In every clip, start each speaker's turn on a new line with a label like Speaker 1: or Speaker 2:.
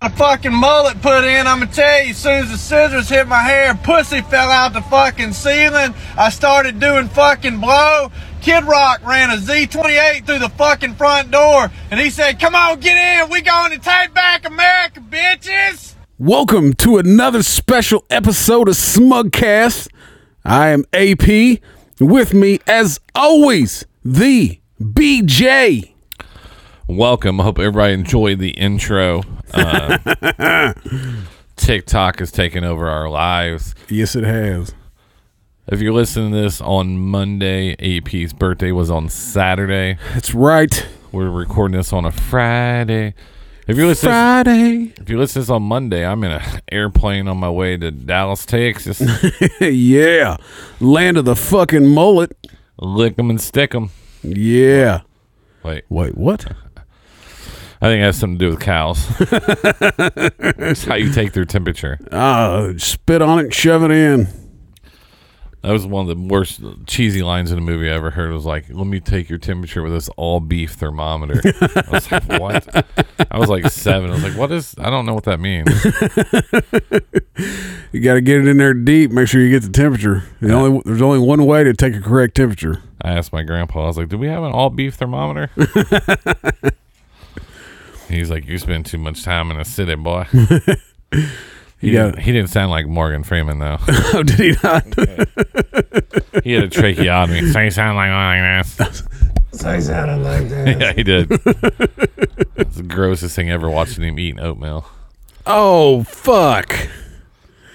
Speaker 1: my fucking mullet put in. I'm gonna tell you, as soon as the scissors hit my hair, pussy fell out the fucking ceiling. I started doing fucking blow. Kid Rock ran a Z28 through the fucking front door, and he said, "Come on, get in. We going to take back America, bitches."
Speaker 2: Welcome to another special episode of Smugcast. I am AP. With me, as always, the BJ.
Speaker 3: Welcome. I hope everybody enjoyed the intro. Uh, TikTok has taken over our lives.
Speaker 2: Yes, it has.
Speaker 3: If you're listening to this on Monday, AP's birthday was on Saturday.
Speaker 2: That's right.
Speaker 3: We're recording this on a Friday. If you're listening,
Speaker 2: Friday.
Speaker 3: if you listen to this on Monday, I'm in an airplane on my way to Dallas, Texas.
Speaker 2: yeah. Land of the fucking mullet.
Speaker 3: Lick 'em and stick 'em.
Speaker 2: Yeah.
Speaker 3: Wait,
Speaker 2: Wait, what?
Speaker 3: I think it has something to do with cows. That's how you take their temperature.
Speaker 2: Uh, spit on it and shove it in.
Speaker 3: That was one of the worst cheesy lines in a movie I ever heard. It was like, "Let me take your temperature with this all beef thermometer." I was like, "What?" I was like seven. I was like, "What is?" I don't know what that means.
Speaker 2: You got to get it in there deep. Make sure you get the temperature. The only, there's only one way to take a correct temperature.
Speaker 3: I asked my grandpa. I was like, "Do we have an all beef thermometer?" He's like, "You spend too much time in the city, boy." He,
Speaker 2: Yeah.
Speaker 3: didn't, he didn't sound like Morgan Freeman though.
Speaker 2: Oh, did he not?
Speaker 3: He had a tracheotomy. so he sounded like one like this.
Speaker 4: I sounded like that.
Speaker 3: Yeah, he did. It's the grossest thing ever watching him eat oatmeal.
Speaker 2: oh, fuck.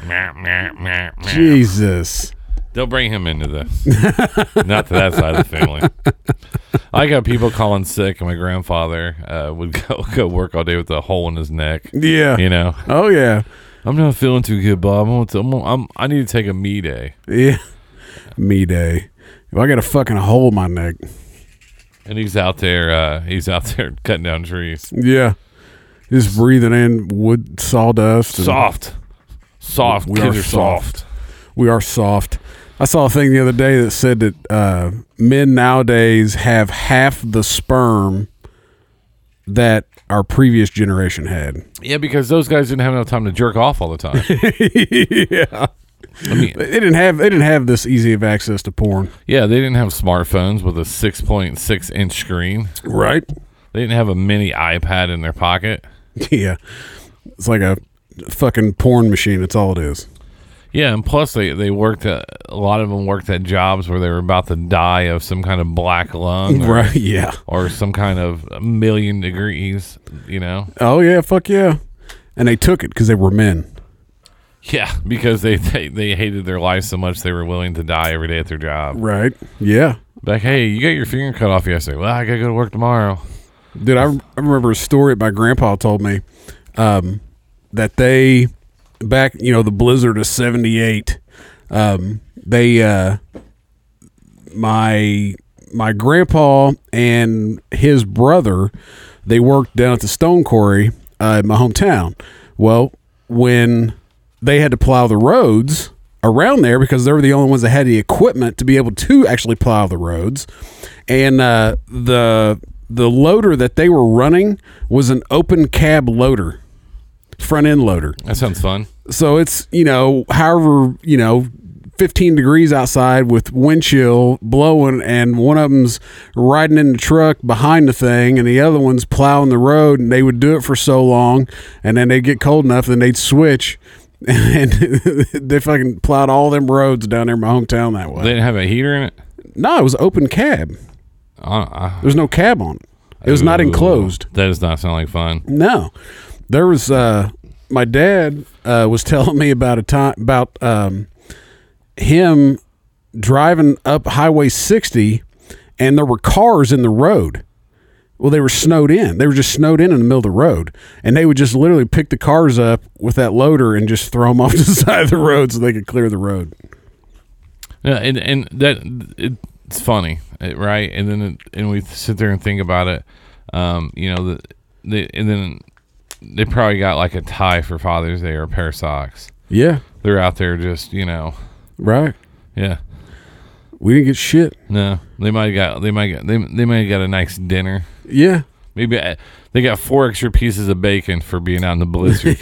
Speaker 3: Meow, meow, meow, meow.
Speaker 2: Jesus.
Speaker 3: Don't bring him into this. Not to that side of the family. I got people calling sick, and my grandfather uh, would go go work all day with a hole in his neck.
Speaker 2: Yeah.
Speaker 3: You know,
Speaker 2: Oh yeah.
Speaker 3: I'm not feeling too good, Bob. I'm, to, I'm, I'm I need to take a me day,
Speaker 2: Yeah. Me day. If I got a fucking hole in my neck.
Speaker 3: and he's out there. Uh, he's out there cutting down trees.
Speaker 2: Yeah. Just breathing in wood sawdust. and-
Speaker 3: Soft, soft.
Speaker 2: We
Speaker 3: Kids
Speaker 2: are
Speaker 3: are soft.
Speaker 2: We are soft. I saw a thing the other day that said that uh, men nowadays have half the sperm that our previous generation had.
Speaker 3: Yeah, because those guys didn't have enough time to jerk off all the time.
Speaker 2: yeah.
Speaker 3: I mean,
Speaker 2: They didn't have they didn't have this easy of access to porn.
Speaker 3: yeah, they didn't have smartphones with a 6.6 inch screen.
Speaker 2: Right?
Speaker 3: They didn't have a mini iPad in their pocket.
Speaker 2: Yeah. It's like a fucking porn machine. That's all it is.
Speaker 3: Yeah, and plus they they worked at, a lot of them worked at jobs where they were about to die of some kind of black lung or,
Speaker 2: Right. Yeah.
Speaker 3: or some kind of million degrees, you know.
Speaker 2: Oh yeah, fuck yeah. And they took it because they were men.
Speaker 3: Yeah, because they, they they hated their life so much they were willing to die every day at their job.
Speaker 2: Right. Yeah.
Speaker 3: Like, hey, you got your finger cut off yesterday. Well, I gotta go to work tomorrow.
Speaker 2: Dude, I, I remember a story my grandpa told me um, that they back, you know, the blizzard of '78. Um, they uh, my my grandpa and his brother they worked down at the stone quarry uh, in my hometown well when they had to plow the roads around there because they were the only ones that had the equipment to be able to actually plow the roads and uh, the the loader that they were running was an open cab loader front end loader
Speaker 3: That sounds fun.
Speaker 2: so it's, you know, however, you know, 15 degrees outside with wind chill blowing, and one of them's riding in the truck behind the thing, and the other one's plowing the road, and they would do it for so long, and then they'd get cold enough, and they'd switch, and they fucking plowed all them roads down there in my hometown that way.
Speaker 3: They didn't have a heater in it.
Speaker 2: no, it was open cab.
Speaker 3: Uh,
Speaker 2: There was no cab on it. It was not enclosed.
Speaker 3: That does not sound like fun.
Speaker 2: No, there was. Uh, my dad uh, was telling me about a time about um, him driving up Highway 60, and there were cars in the road. Well, they were snowed in. They were just snowed in in the middle of the road, and they would just literally pick the cars up with that loader and just throw them off to the side of the road so they could clear the road.
Speaker 3: Yeah, and and that it, it's funny, eh, right? And then it, and we sit there and think about it. Um, you know, the, the and then they probably got like a tie for Father's Day or a pair of socks.
Speaker 2: Yeah,
Speaker 3: They're out there just you know,
Speaker 2: right.
Speaker 3: yeah.
Speaker 2: We didn't get shit.
Speaker 3: No, they might have got they might got they they might have got a nice dinner
Speaker 2: Yeah,
Speaker 3: Maybe I, they got four extra pieces of bacon for being out in the blizzard.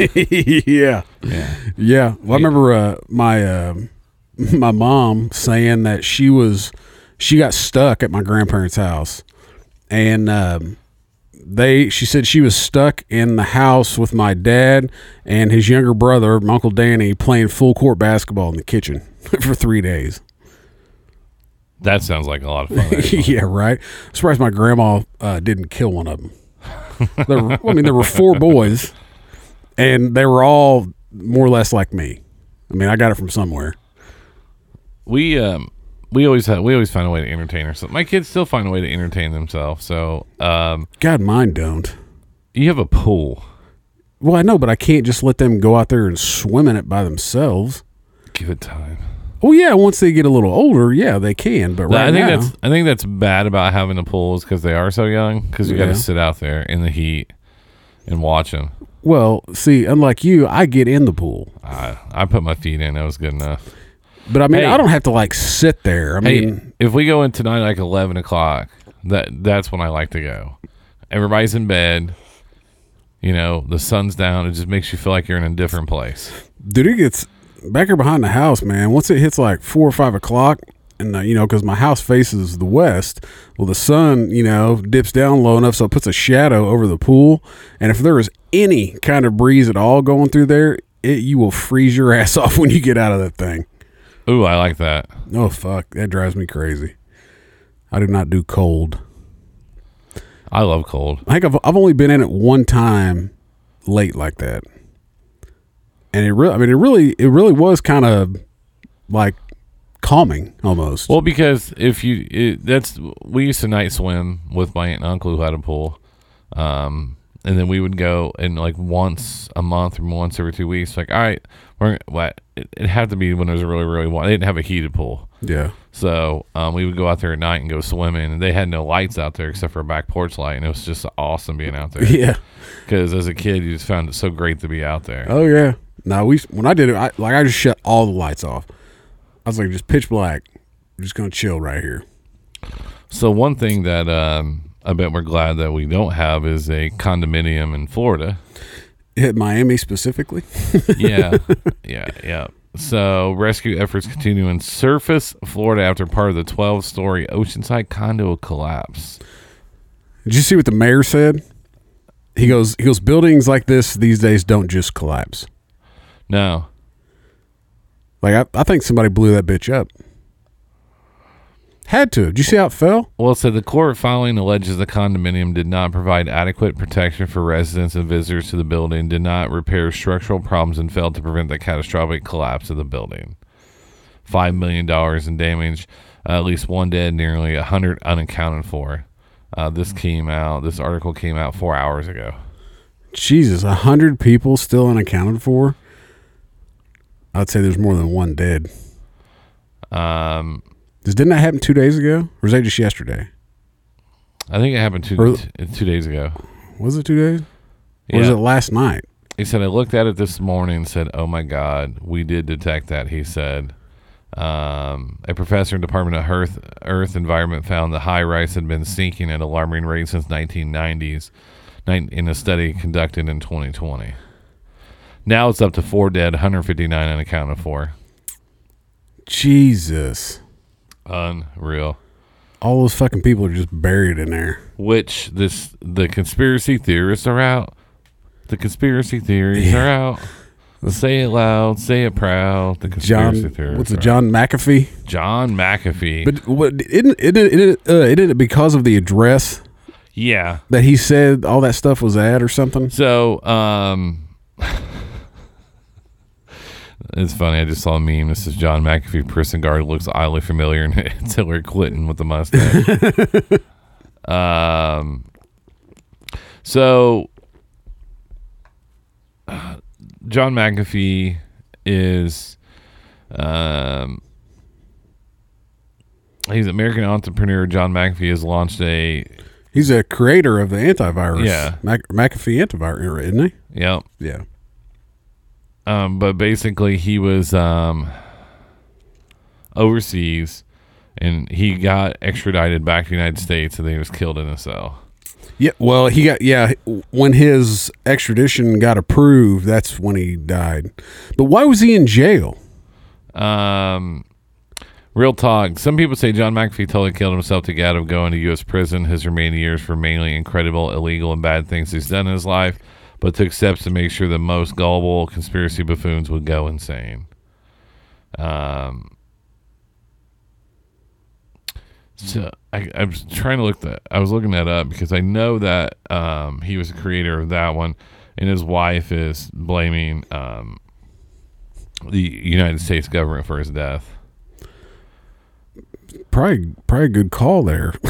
Speaker 2: yeah.
Speaker 3: yeah.
Speaker 2: Yeah, well, I remember uh, my uh, my mom saying that she was she got stuck at my grandparents' house, and um, they she said she was stuck in the house with my dad and his younger brother, my uncle Danny, playing full court basketball in the kitchen for three days.
Speaker 3: That sounds like a lot of fun. actually.
Speaker 2: yeah, right. I'm surprised my grandma uh, didn't kill one of them. there were, I mean, there were four boys, and they were all more or less like me. I mean, I got it from somewhere.
Speaker 3: we um we always have, we always find a way to entertain ourselves. My kids still find a way to entertain themselves. So um,
Speaker 2: God, mine don't.
Speaker 3: you have a pool.
Speaker 2: Well, I know, but I can't just let them go out there and swim in it by themselves.
Speaker 3: Give it time.
Speaker 2: Oh yeah, once they get a little older, yeah, they can. But right
Speaker 3: I think
Speaker 2: now,
Speaker 3: that's I think that's bad about having a pool is because they are so young. Because you got
Speaker 2: Yeah.
Speaker 3: to sit out there in the heat and watch them.
Speaker 2: well, see, unlike you, I get in the pool,
Speaker 3: I I put my feet in. That was good enough.
Speaker 2: but I mean,
Speaker 3: Hey.
Speaker 2: I don't have to like sit there. I
Speaker 3: Hey,
Speaker 2: mean,
Speaker 3: if we go in tonight like eleven o'clock, that that's when I like to go. Everybody's in bed. You know, the sun's down. It just makes you feel like you're in a different place.
Speaker 2: dude, it gets back here behind the house, man. Once it hits like four or five o'clock, and uh, you know, because my house faces the west, well, the sun, you know, dips down low enough so it puts a shadow over the pool, and if there is any kind of breeze at all going through there, it you will freeze your ass off when you get out of that thing.
Speaker 3: Ooh, I like that.
Speaker 2: Oh fuck, that drives me crazy. I do not do cold.
Speaker 3: I love cold.
Speaker 2: I think I've, I've only been in it one time late like that. And it really I mean it really it really was kind of like calming almost.
Speaker 3: Well, because if you it, that's we used to night swim with my aunt and uncle who had a pool, um, and then we would go and like once a month or once every two weeks. Like, all right, we're what it, it had to be when it was really really warm. They didn't have a heated pool,
Speaker 2: yeah.
Speaker 3: so um, we would go out there at night and go swimming. And they had no lights out there except for a back porch light, and it was just awesome being out there.
Speaker 2: Yeah.
Speaker 3: Because as a kid, you just found it so great to be out there.
Speaker 2: Oh yeah. No, we when I did it, I like I just shut all the lights off. I was like just pitch black. I'm just gonna chill right here.
Speaker 3: So one thing that um, I bet we're glad that we don't have is a condominium in Florida.
Speaker 2: Hit Miami specifically.
Speaker 3: yeah, yeah, yeah. So rescue efforts continue in surface Florida after part of the 12-story oceanside condo collapse.
Speaker 2: Did you see what the mayor said? He goes he goes buildings like this these days don't just collapse.
Speaker 3: No,
Speaker 2: Like I, I think somebody blew that bitch up. Had to. Did you see how it fell?
Speaker 3: well, it said the court filing alleges the condominium did not provide adequate protection for residents and visitors to the building, did not repair structural problems, and failed to prevent the catastrophic collapse of the building. Five million dollars in damage, uh, at least one dead, nearly a hundred unaccounted for. Uh, this came out. This article came out four hours ago.
Speaker 2: Jesus, a hundred people still unaccounted for. I'd say there's more than one dead.
Speaker 3: Um,
Speaker 2: This didn't that happen two days ago, or was that just yesterday?
Speaker 3: I think it happened two
Speaker 2: Or-
Speaker 3: t- uh, two days ago.
Speaker 2: Was it two days? Or was
Speaker 3: Yeah.
Speaker 2: it last night?
Speaker 3: he said I looked at it this morning and said, "Oh my God, we did detect that." He said, um, "A professor in Department of Earth Earth Environment found the high rise had been sinking at alarming rates since 1990s, nin- in a study conducted in 2020. Now it's up to four dead, 159 unaccounted for.
Speaker 2: Jesus,
Speaker 3: Unreal."
Speaker 2: all those fucking people are just buried in there.
Speaker 3: Which this the conspiracy theorists are out. The conspiracy theories are out. Say it loud, say it proud. The conspiracy
Speaker 2: John,
Speaker 3: theorists.
Speaker 2: what's
Speaker 3: are
Speaker 2: it?
Speaker 3: out.
Speaker 2: John McAfee.
Speaker 3: John McAfee.
Speaker 2: But what? Isn't it? It uh, it did it because of the address
Speaker 3: yeah.
Speaker 2: that he said all that stuff was at, or something.
Speaker 3: So, um, it's funny. I just saw a meme. This is John McAfee. Prison guard looks oddly familiar, and it's Hillary Clinton with the mustache. um, so uh, John McAfee is, um, he's an American entrepreneur. John McAfee has launched a
Speaker 2: He's a creator of the antivirus.
Speaker 3: Yeah.
Speaker 2: Mac- McAfee antivirus, isn't
Speaker 3: yep.
Speaker 2: he? Yeah.
Speaker 3: um, but basically he was um, overseas and he got extradited back to the United States and then he was killed in a cell.
Speaker 2: Yeah, well, he got yeah. When his extradition got approved, that's when he died. But why was he in jail?
Speaker 3: Um, real talk. Some people say John McAfee totally killed himself to get out of going to U.S. prison. His remaining years were mainly incredible, illegal, and bad things he's done in his life, but took steps to make sure the most gullible conspiracy buffoons would go insane. Um, so I, I was trying to look that. I was looking that up because I know that um, he was the creator of that one, and his wife is blaming um, the United States government for his death.
Speaker 2: Probably, probably a good call there.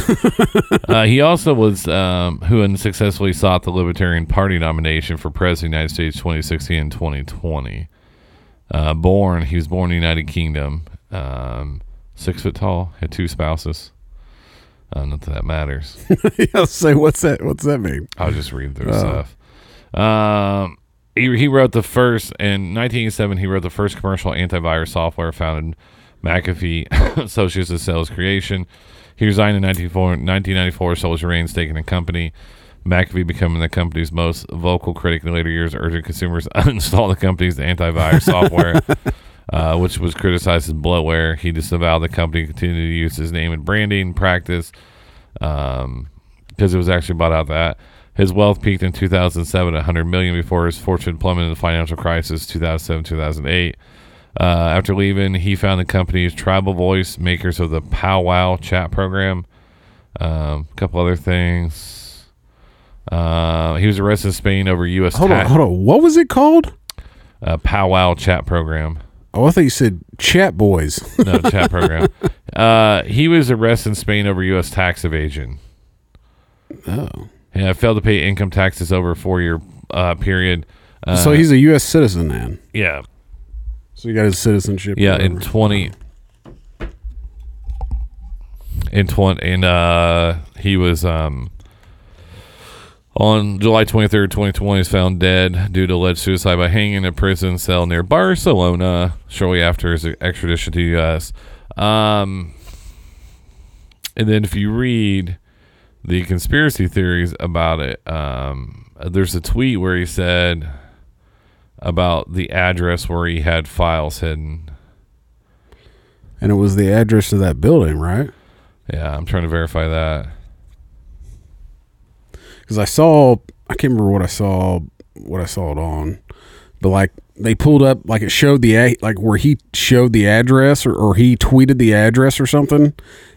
Speaker 3: Uh, he also was um, who unsuccessfully sought the Libertarian Party nomination for President of the United States 2016 and 2020. Uh, born, he was born in the United Kingdom, um, six foot tall, had two spouses. Uh, not that that matters.
Speaker 2: yeah, say what's that? What's that mean?
Speaker 3: I'll just read through stuff. Um, he, he wrote the first in 1987. He wrote the first commercial antivirus software founded McAfee Associates of Sales Creation. He resigned in 1994 1994, sold his reins, taking a company. McAfee becoming the company's most vocal critic in later years, urging consumers to uninstall the company's antivirus software, uh, which was criticized as bloatware. He disavowed the company, continued to use his name and branding practice um, because it was actually bought out that his wealth peaked in 2007 at 100 million before his fortune plummeted in the financial crisis 2007 2008 uh, after leaving he found the company's tribal voice makers of the powwow chat program um, a couple other things uh, he was arrested in spain over us
Speaker 2: Hold on,
Speaker 3: tax-
Speaker 2: hold on. What was it called?
Speaker 3: Uh, powwow chat program
Speaker 2: Oh, I thought you said Chat Boys.
Speaker 3: no chat program uh, he was arrested in spain over us tax evasion
Speaker 2: oh,
Speaker 3: yeah failed to pay income taxes over a four-year uh, period uh,
Speaker 2: so he's a U.S. citizen then.
Speaker 3: yeah
Speaker 2: So he got his citizenship.
Speaker 3: Yeah, in
Speaker 2: and
Speaker 3: twenty. In twenty, and uh, he was um. On July 23rd, 2020, is found dead due to alleged suicide by hanging in a prison cell near Barcelona shortly after his extradition to the U.S. Um, and then, if you read the conspiracy theories about it, um, there's a tweet where he said about the address where he had files hidden.
Speaker 2: and it was the address of that building, right?
Speaker 3: Yeah, I'm trying to verify that.
Speaker 2: because I saw I can't remember what I saw what I saw it on, but like they pulled up like it showed the a- like where he showed the address or, or he tweeted the address or something,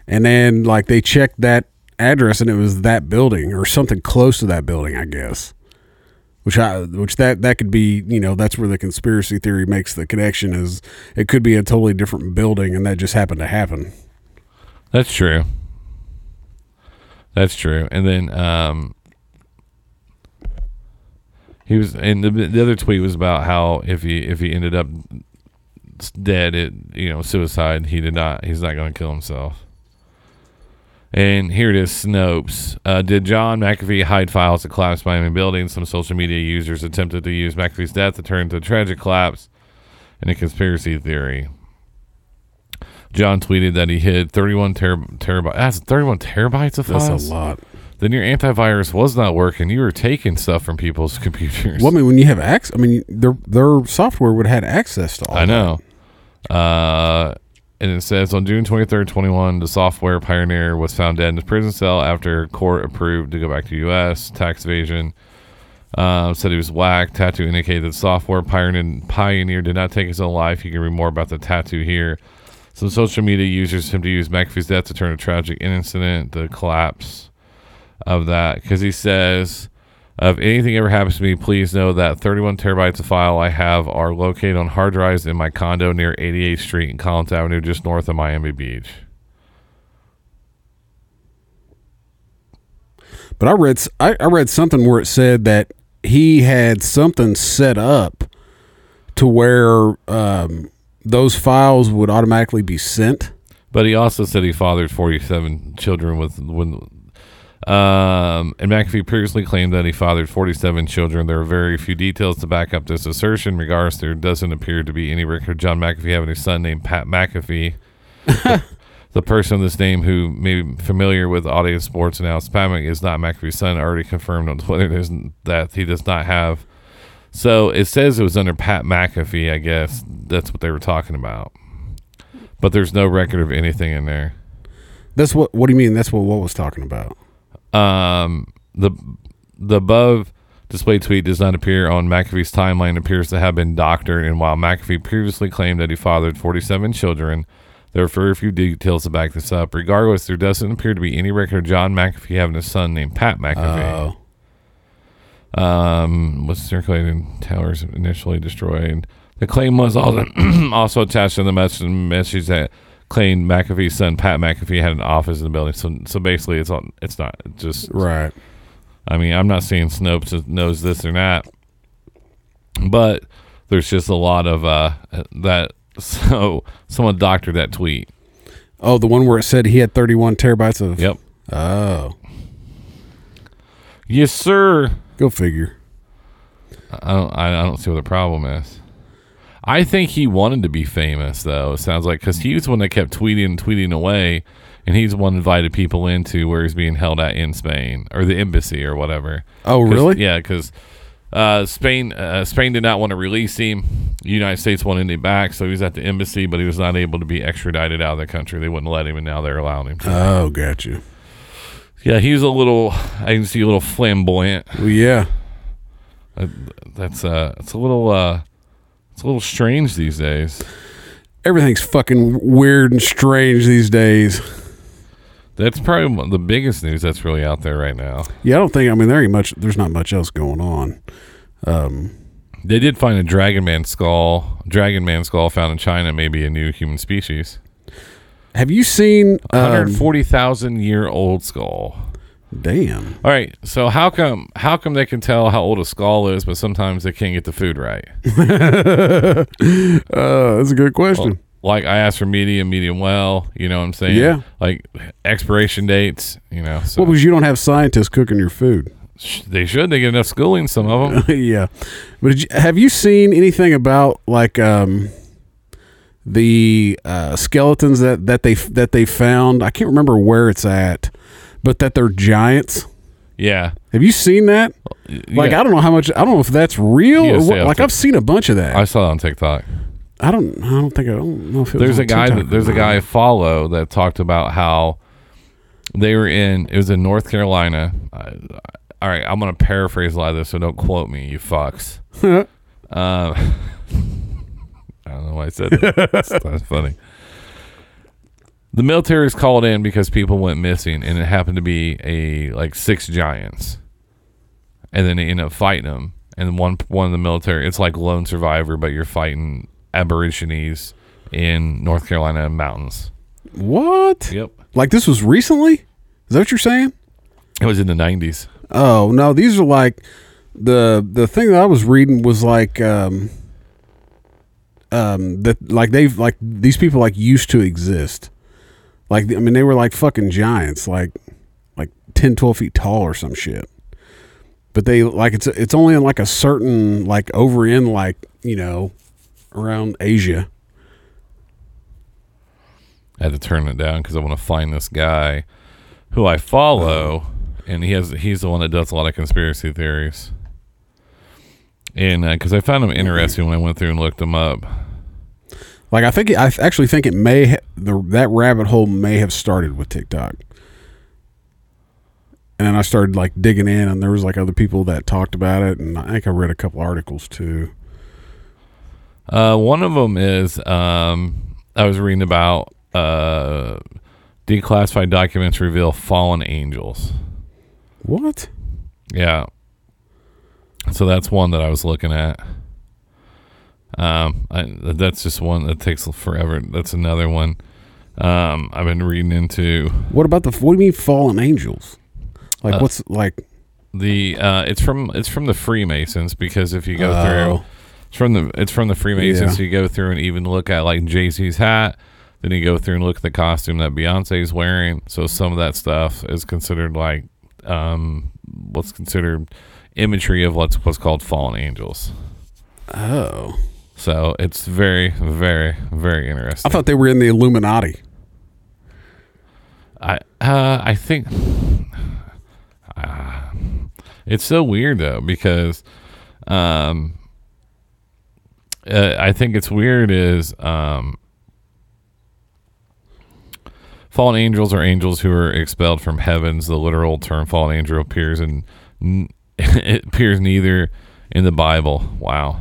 Speaker 2: and then like they checked that address and it was that building or something close to that building, I guess. Which I which that that could be you know that's where the conspiracy theory makes the connection is it could be a totally different building and that just happened to happen.
Speaker 3: That's true. That's true. And then um he was and the, the other tweet was about how if he if he ended up s- dead at you know suicide, he did not he's not going to kill himself. And here it is, Snopes. Uh, did John McAfee hide files that collapsed Miami building? Some social media users attempted to use McAfee's death to turn to a tragic collapse and a conspiracy theory. John tweeted that he hid 31 ter- terabytes. That's 31 terabytes of
Speaker 2: That's
Speaker 3: files.
Speaker 2: a lot.
Speaker 3: Then your antivirus was not working. You were taking stuff from people's computers.
Speaker 2: Well, I mean, when you have access, I mean, their their software would have had access to all.
Speaker 3: I know. Uh, and it says on June 23rd, 21, the software pioneer was found dead in his prison cell after court approved to go back to U.S. tax evasion. Uh, said he was whacked. Tattoo indicated that software pioneer, pioneer did not take his own life. You can read more about the tattoo here. Some social media users attempt to use McAfee's death to turn a tragic incident, the collapse of that, because he says, "If anything ever happens to me, please know that 31 terabytes of file I have are located on hard drives in my condo near 88th Street and Collins Avenue, just north of Miami Beach."
Speaker 2: But I read s- I, I read something where it said that he had something set up to where um, those files would automatically be sent.
Speaker 3: But he also said he fathered 47 children with when. Um, and McAfee previously claimed that he fathered 47 children. There are very few details to back up this assertion. Regardless, there doesn't appear to be any record of John McAfee having a son named Pat McAfee. the person of this name who may be familiar with audience sports now spamming is not McAfee's son. Already confirmed on Twitter there's n- that he does not have. So it says it was under Pat McAfee. I guess that's what they were talking about. But there's no record of anything in there.
Speaker 2: That's what. What do you mean? That's what what was talking about.
Speaker 3: Um, the the above display tweet does not appear on McAfee's timeline. Appears to have been doctored, and while McAfee previously claimed that he fathered 47 children, there are very few details to back this up. Regardless, there doesn't appear to be any record of John McAfee having a son named Pat
Speaker 2: Oh,
Speaker 3: McAfee. Um, was circulated towers initially destroyed. The claim was also, also attached to the message, message that claimed McAfee's son Pat McAfee had an office in the building. So, so basically, it's all it's not it's just
Speaker 2: right.
Speaker 3: I mean, I'm not saying Snopes knows this or not, but there's just a lot of uh, that. So someone doctored that tweet.
Speaker 2: Oh, the one where it said he had 31 terabytes of.
Speaker 3: Yep.
Speaker 2: Oh,
Speaker 3: Yes, sir.
Speaker 2: go figure.
Speaker 3: I don't. I, I don't see what the problem is. I think he wanted to be famous, though. It sounds like because he was the one that kept tweeting and tweeting away, and he's the one invited people into where he's being held at in Spain or the embassy or whatever.
Speaker 2: Oh,
Speaker 3: 'Cause-
Speaker 2: really?
Speaker 3: Yeah, because uh, Spain uh, Spain did not want to release him. The United States wanted him back, so he was at the embassy, but he was not able to be extradited out of the country. They wouldn't let him, and now they're allowing him. To.
Speaker 2: Oh, gotcha.
Speaker 3: yeah, he was a little. I can see a little flamboyant.
Speaker 2: Well, yeah.
Speaker 3: That's uh, it's a little uh, it's a little strange these days.
Speaker 2: Everything's fucking weird and strange these days.
Speaker 3: That's probably one- the biggest news that's really out there right now.
Speaker 2: Yeah, I don't think. I mean, there ain't much. There's not much else going on.
Speaker 3: They did find a dragon man skull. Dragon man skull found in China may be a new human species.
Speaker 2: Have you seen? Um,
Speaker 3: 140,000 year old skull.
Speaker 2: damn.
Speaker 3: All right, so how come how come they can tell how old a skull is, but sometimes they can't get the food right?
Speaker 2: Uh, that's a good question.
Speaker 3: Like I asked for medium, medium well. You know what I'm saying?
Speaker 2: Yeah.
Speaker 3: Like expiration dates. You know, so
Speaker 2: What was you don't have scientists cooking your food?
Speaker 3: sh- they should they get enough schooling. Some of them.
Speaker 2: yeah, but did you, have you seen anything about like um, the uh, skeletons that that they that they found? I can't remember where it's at, but that they're giants.
Speaker 3: yeah.
Speaker 2: Have you seen that? Like
Speaker 3: Yeah.
Speaker 2: I don't know how much. I don't know if that's real.
Speaker 3: Yeah,
Speaker 2: or
Speaker 3: stay
Speaker 2: what.
Speaker 3: off
Speaker 2: Like
Speaker 3: the-
Speaker 2: I've seen a bunch of that.
Speaker 3: I saw it on TikTok.
Speaker 2: I, don't. I don't think. I don't know if it was
Speaker 3: there's
Speaker 2: on
Speaker 3: a guy
Speaker 2: TikTok
Speaker 3: that, there's
Speaker 2: or
Speaker 3: a
Speaker 2: not.
Speaker 3: guy I follow that talked about how they were in it was in North Carolina. I, all right, I'm gonna paraphrase a lot of this, so don't quote me, you fucks. um, I don't know why I said that. That's, that's funny. The military is called in because people went missing, and it happened to be a like six giants, and then they end up fighting them. And one one of the military, it's like lone survivor, but you're fighting aborigines in North Carolina mountains.
Speaker 2: What?
Speaker 3: Yep,
Speaker 2: Like this was recently? Is that what you're saying?
Speaker 3: it was in the '90s.
Speaker 2: Oh no, these are like the the thing that I was reading was like um um that like they've like these people like used to exist. Like I mean they were like fucking giants, like like 10 12 feet tall or some shit. But they like it's it's only in like a certain like over in like, you know, around Asia.
Speaker 3: I had to turn it down because I want to find this guy who I follow, and he has he's the one that does a lot of conspiracy theories. And because I found him interesting when I went through and looked him up.
Speaker 2: Like I think it- I th- actually think it may ha- the that rabbit hole may have started with TikTok. And then I started like digging in and there was like other people that talked about it and I think I read a couple articles too.
Speaker 3: Uh, one of them is um, I was reading about uh, declassified documents reveal fallen angels.
Speaker 2: What?
Speaker 3: Yeah. So that's one that I was looking at. Um, I, that's just one that takes forever. That's another one. Um, I've been reading into
Speaker 2: What about the what do you mean fallen angels? Like
Speaker 3: Uh,
Speaker 2: what's like
Speaker 3: the. Uh, it's from it's from the Freemasons because if you go
Speaker 2: Oh.
Speaker 3: through, it's from the it's from the Freemasons.
Speaker 2: Yeah.
Speaker 3: You go through and even look at like Jay Z's hat. Then you go through and look at the costume that Beyonce is wearing. So some of that stuff is considered like um, what's considered imagery of what's what's called fallen angels.
Speaker 2: oh.
Speaker 3: So it's very, very, very
Speaker 2: I
Speaker 3: interesting.
Speaker 2: thought they were in the Illuminati.
Speaker 3: I uh, I think Ah. it's so weird though because um, uh, I think it's weird is um, fallen angels are angels who are expelled from heavens. The literal term fallen angel appears in n- it appears neither in the Bible. Wow.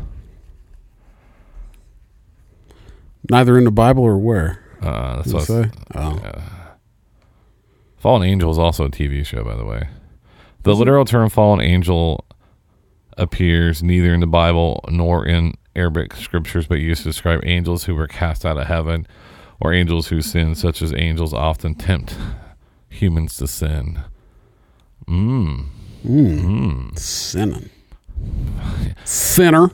Speaker 2: Neither in the Bible or where.
Speaker 3: Uh, that's
Speaker 2: Did it
Speaker 3: what I was-
Speaker 2: say? Oh.
Speaker 3: Fallen Angel is also a TV show, by the way. The literal term fallen angel appears neither in the Bible nor in Arabic scriptures, but used to describe angels who were cast out of heaven or angels who sin, such as angels often tempt humans to sin.
Speaker 2: Sinning. Sinner.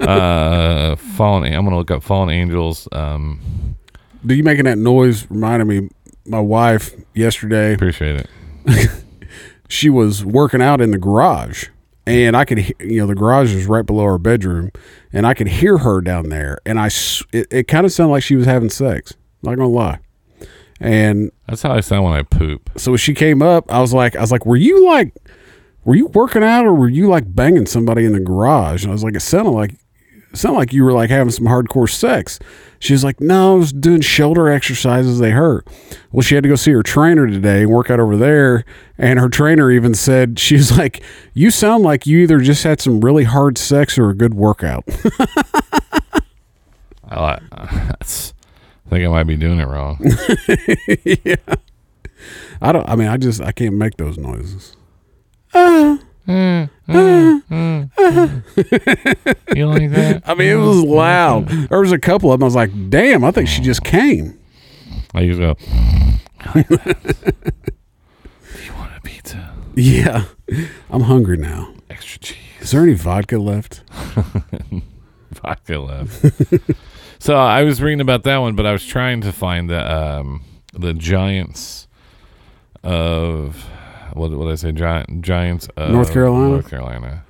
Speaker 3: Uh, fallen, I'm going to look up fallen angels. Um,
Speaker 2: Do you making that noise reminded me my wife yesterday
Speaker 3: appreciate it.
Speaker 2: she was working out in the garage and I could, he- you know, the garage is right below our bedroom and I could hear her down there. And I, s- it, it kind of sounded like she was having sex. Not going to lie. And
Speaker 3: That's how I sound when I poop.
Speaker 2: so when she came up, I was like, I was like, were you like, were you working out or were you like banging somebody in the garage? And I was like, it sounded like, it sounded like you were like having some hardcore sex. She was like, no, I was doing shoulder exercises. They hurt. Well, she had to go see her trainer today and work out over there. And her trainer even said, she was like, you sound like you either just had some really hard sex or a good workout.
Speaker 3: I, like, that's- I think I might be doing it wrong.
Speaker 2: I don't, I mean, I just, I can't make those noises.
Speaker 3: Mm, mm. you like that? Mm,
Speaker 2: I mean, it was loud. There was a couple of them. I was like, damn, I think she just came.
Speaker 3: I usually go. Do you want a pizza?
Speaker 2: Yeah. I'm hungry now.
Speaker 3: Extra cheese,
Speaker 2: Is there any vodka left?
Speaker 3: vodka left. so I was reading about that one, but I was trying to find the um, the giants of what what did I say? Giant giants of
Speaker 2: North Carolina?
Speaker 3: North Carolina.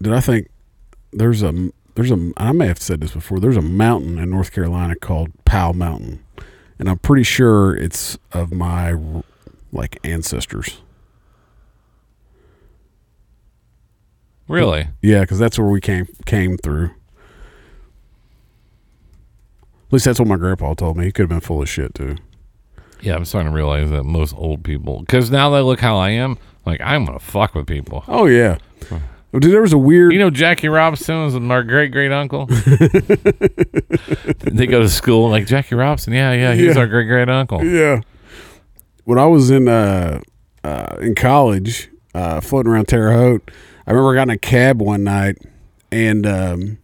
Speaker 2: Did I think there's a there's a I may have said this before. There's a mountain in North Carolina called Powell Mountain, and I'm pretty sure it's of my like ancestors.
Speaker 3: Really?
Speaker 2: Yeah, because that's where we came came through. At least that's what my grandpa told me. He could have been full of shit too.
Speaker 3: Yeah, I'm starting to realize that most old people, because now they look how I am. Like I'm gonna fuck with people.
Speaker 2: Oh yeah, dude. There was a weird.
Speaker 3: You know, Jackie Robinson was my great great uncle. they go to school like Jackie Robinson. Yeah, yeah, he was
Speaker 2: Yeah.
Speaker 3: our great great uncle.
Speaker 2: Yeah. When I was in uh, uh in college, uh floating around Terre Haute, I remember I got in a cab one night and um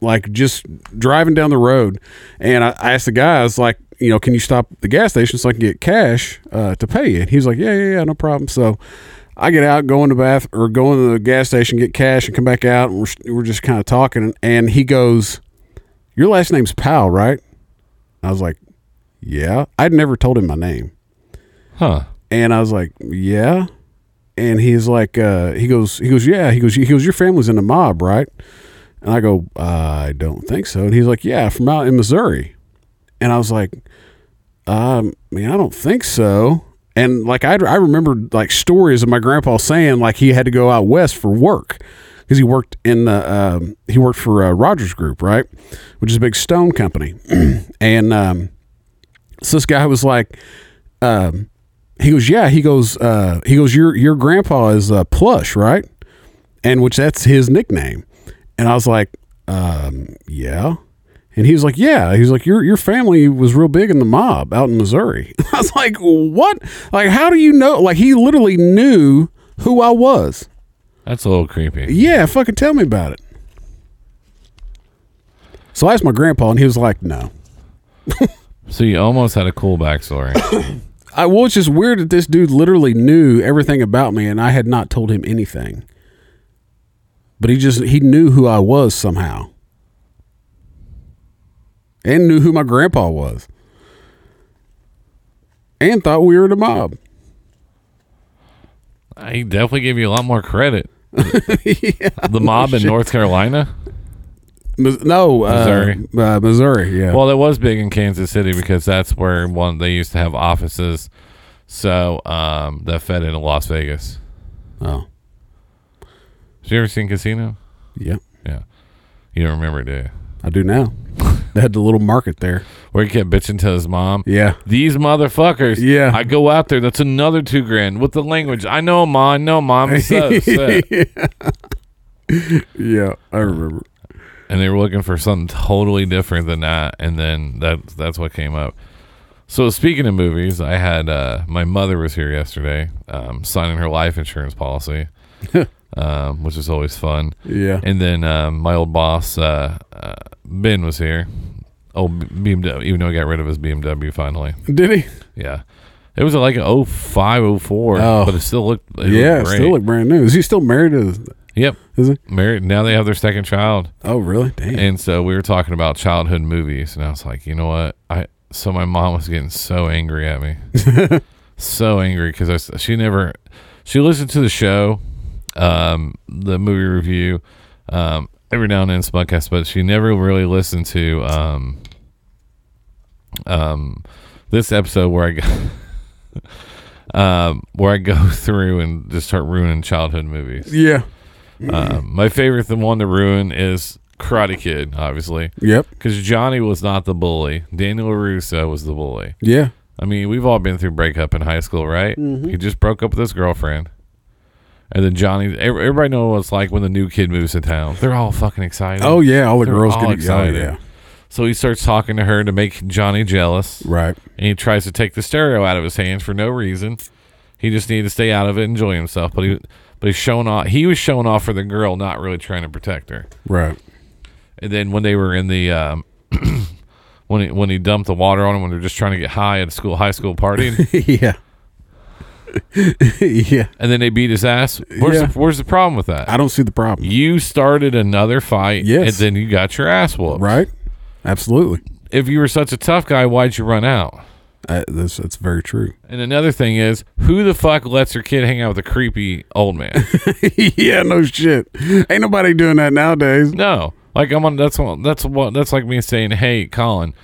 Speaker 2: like just driving down the road and I, I asked the guy, I was like, you know, can you stop at the gas station so I can get cash uh to pay you? And he was like, Yeah, yeah, yeah, no problem. So I get out, go in the bath or go in the gas station, get cash and come back out and we're, we're just kind of talking and he goes, Your last name's Powell, right? I was like, yeah. I'd never told him my name.
Speaker 3: Huh.
Speaker 2: And I was like, yeah. And he's like, uh, he goes, he goes, yeah. He goes, he goes, your family's in the mob, right? And I go, "Uh, I don't think so. And he's like, yeah, from out in Missouri. And I was like, um, man, I don't think so. And like, I, I remembered like stories of my grandpa saying like he had to go out west for work because he worked in the, um, he worked for uh, Rogers Group, right? Which is a big stone company. and, um, so this guy was like, um, he goes, yeah. He goes, uh, he goes. Your your grandpa is uh, plush, right? And which that's his nickname. And I was like, um, yeah. And he was like, yeah. He was like, your your family was real big in the mob out in Missouri. I was like, what? Like, how do you know? Like, he literally knew who I was.
Speaker 3: That's a little creepy.
Speaker 2: Yeah, fucking tell me about it. So I asked my grandpa, and he was like, no.
Speaker 3: So you almost had a cool backstory.
Speaker 2: I well, it's just weird that this dude literally knew everything about me, and I had not told him anything. But he just he knew who I was somehow, and knew who my grandpa was, and thought we were in a mob.
Speaker 3: I definitely gave you a lot more credit. The mob in North Carolina.
Speaker 2: Mis- no, uh,
Speaker 3: Missouri.
Speaker 2: uh, Missouri. Yeah.
Speaker 3: Well, it was big in Kansas City because that's where one they used to have offices. So um, that fed into Las Vegas.
Speaker 2: oh,
Speaker 3: Have you ever seen Casino?
Speaker 2: yeah.
Speaker 3: Yeah, you don't remember, do you?
Speaker 2: I do now. they had the little market there.
Speaker 3: Where he kept bitching to his mom.
Speaker 2: Yeah.
Speaker 3: These motherfuckers.
Speaker 2: Yeah.
Speaker 3: I go out there. That's another two grand with the language. I know, ma. I know, mom. I'm so upset.
Speaker 2: Yeah, I remember.
Speaker 3: and they were looking for something totally different than that and then that that's what came up so speaking of movies i had uh my mother was here yesterday um signing her life insurance policy um which is always fun
Speaker 2: Yeah.
Speaker 3: and then um my old boss uh, uh ben was here Oh, old bmw even though he got rid of his bmw finally
Speaker 2: Did he?
Speaker 3: yeah it was like oh a 05 04
Speaker 2: Oh.
Speaker 3: but it still looked it
Speaker 2: yeah,
Speaker 3: looked great.
Speaker 2: still look brand new. Is he still married? To,
Speaker 3: yep
Speaker 2: is he?
Speaker 3: married now they have their second child
Speaker 2: Oh, really? Damn.
Speaker 3: and so we were talking about childhood movies, and I was like, you know what? I so my mom was getting so angry at me, so angry because I s- she never she listened to the show, um, the movie review, um, every now and then Smutcast, but she never really listened to um, um, this episode where I go. Um, where I go through and just start ruining childhood movies.
Speaker 2: yeah.
Speaker 3: Um, my favorite, the one to ruin, is Karate Kid, obviously,
Speaker 2: Yep.
Speaker 3: because Johnny was not the bully. Daniel Russo was the bully.
Speaker 2: Yeah.
Speaker 3: I mean, we've all been through breakup in high school, right?
Speaker 2: Mm-hmm.
Speaker 3: He just broke up with his girlfriend, and then Johnny. ev- Everybody knows what it's like when the new kid moves to town. They're all fucking excited.
Speaker 2: Oh, yeah. All the
Speaker 3: They're
Speaker 2: girls
Speaker 3: all
Speaker 2: get
Speaker 3: excited.
Speaker 2: Oh, yeah.
Speaker 3: So he starts talking to her to make Johnny jealous,
Speaker 2: Right.
Speaker 3: and he tries to take the stereo out of his hands for no reason. He just needed to stay out of it, enjoy himself. But he, but he's showing off. He was showing off for the girl, not really trying to protect her.
Speaker 2: Right.
Speaker 3: And then when they were in the um, when he, when he dumped the water on him when they were just trying to get high at a school high school party, and,
Speaker 2: yeah. yeah.
Speaker 3: then they beat his ass. Where's
Speaker 2: Yeah.
Speaker 3: the, where's the problem with that?
Speaker 2: I don't see the problem.
Speaker 3: you started another fight,
Speaker 2: Yes.
Speaker 3: and then you got your ass whooped.
Speaker 2: Right. Absolutely.
Speaker 3: If you were such a tough guy, why'd you run out?
Speaker 2: I, Uh, that's that's very true.
Speaker 3: And another thing is, who the fuck lets their kid hang out with a creepy old man?
Speaker 2: yeah. No shit. Ain't nobody doing that nowadays.
Speaker 3: No, like I'm on. That's what. That's what. That's like me saying, "Hey, Colin,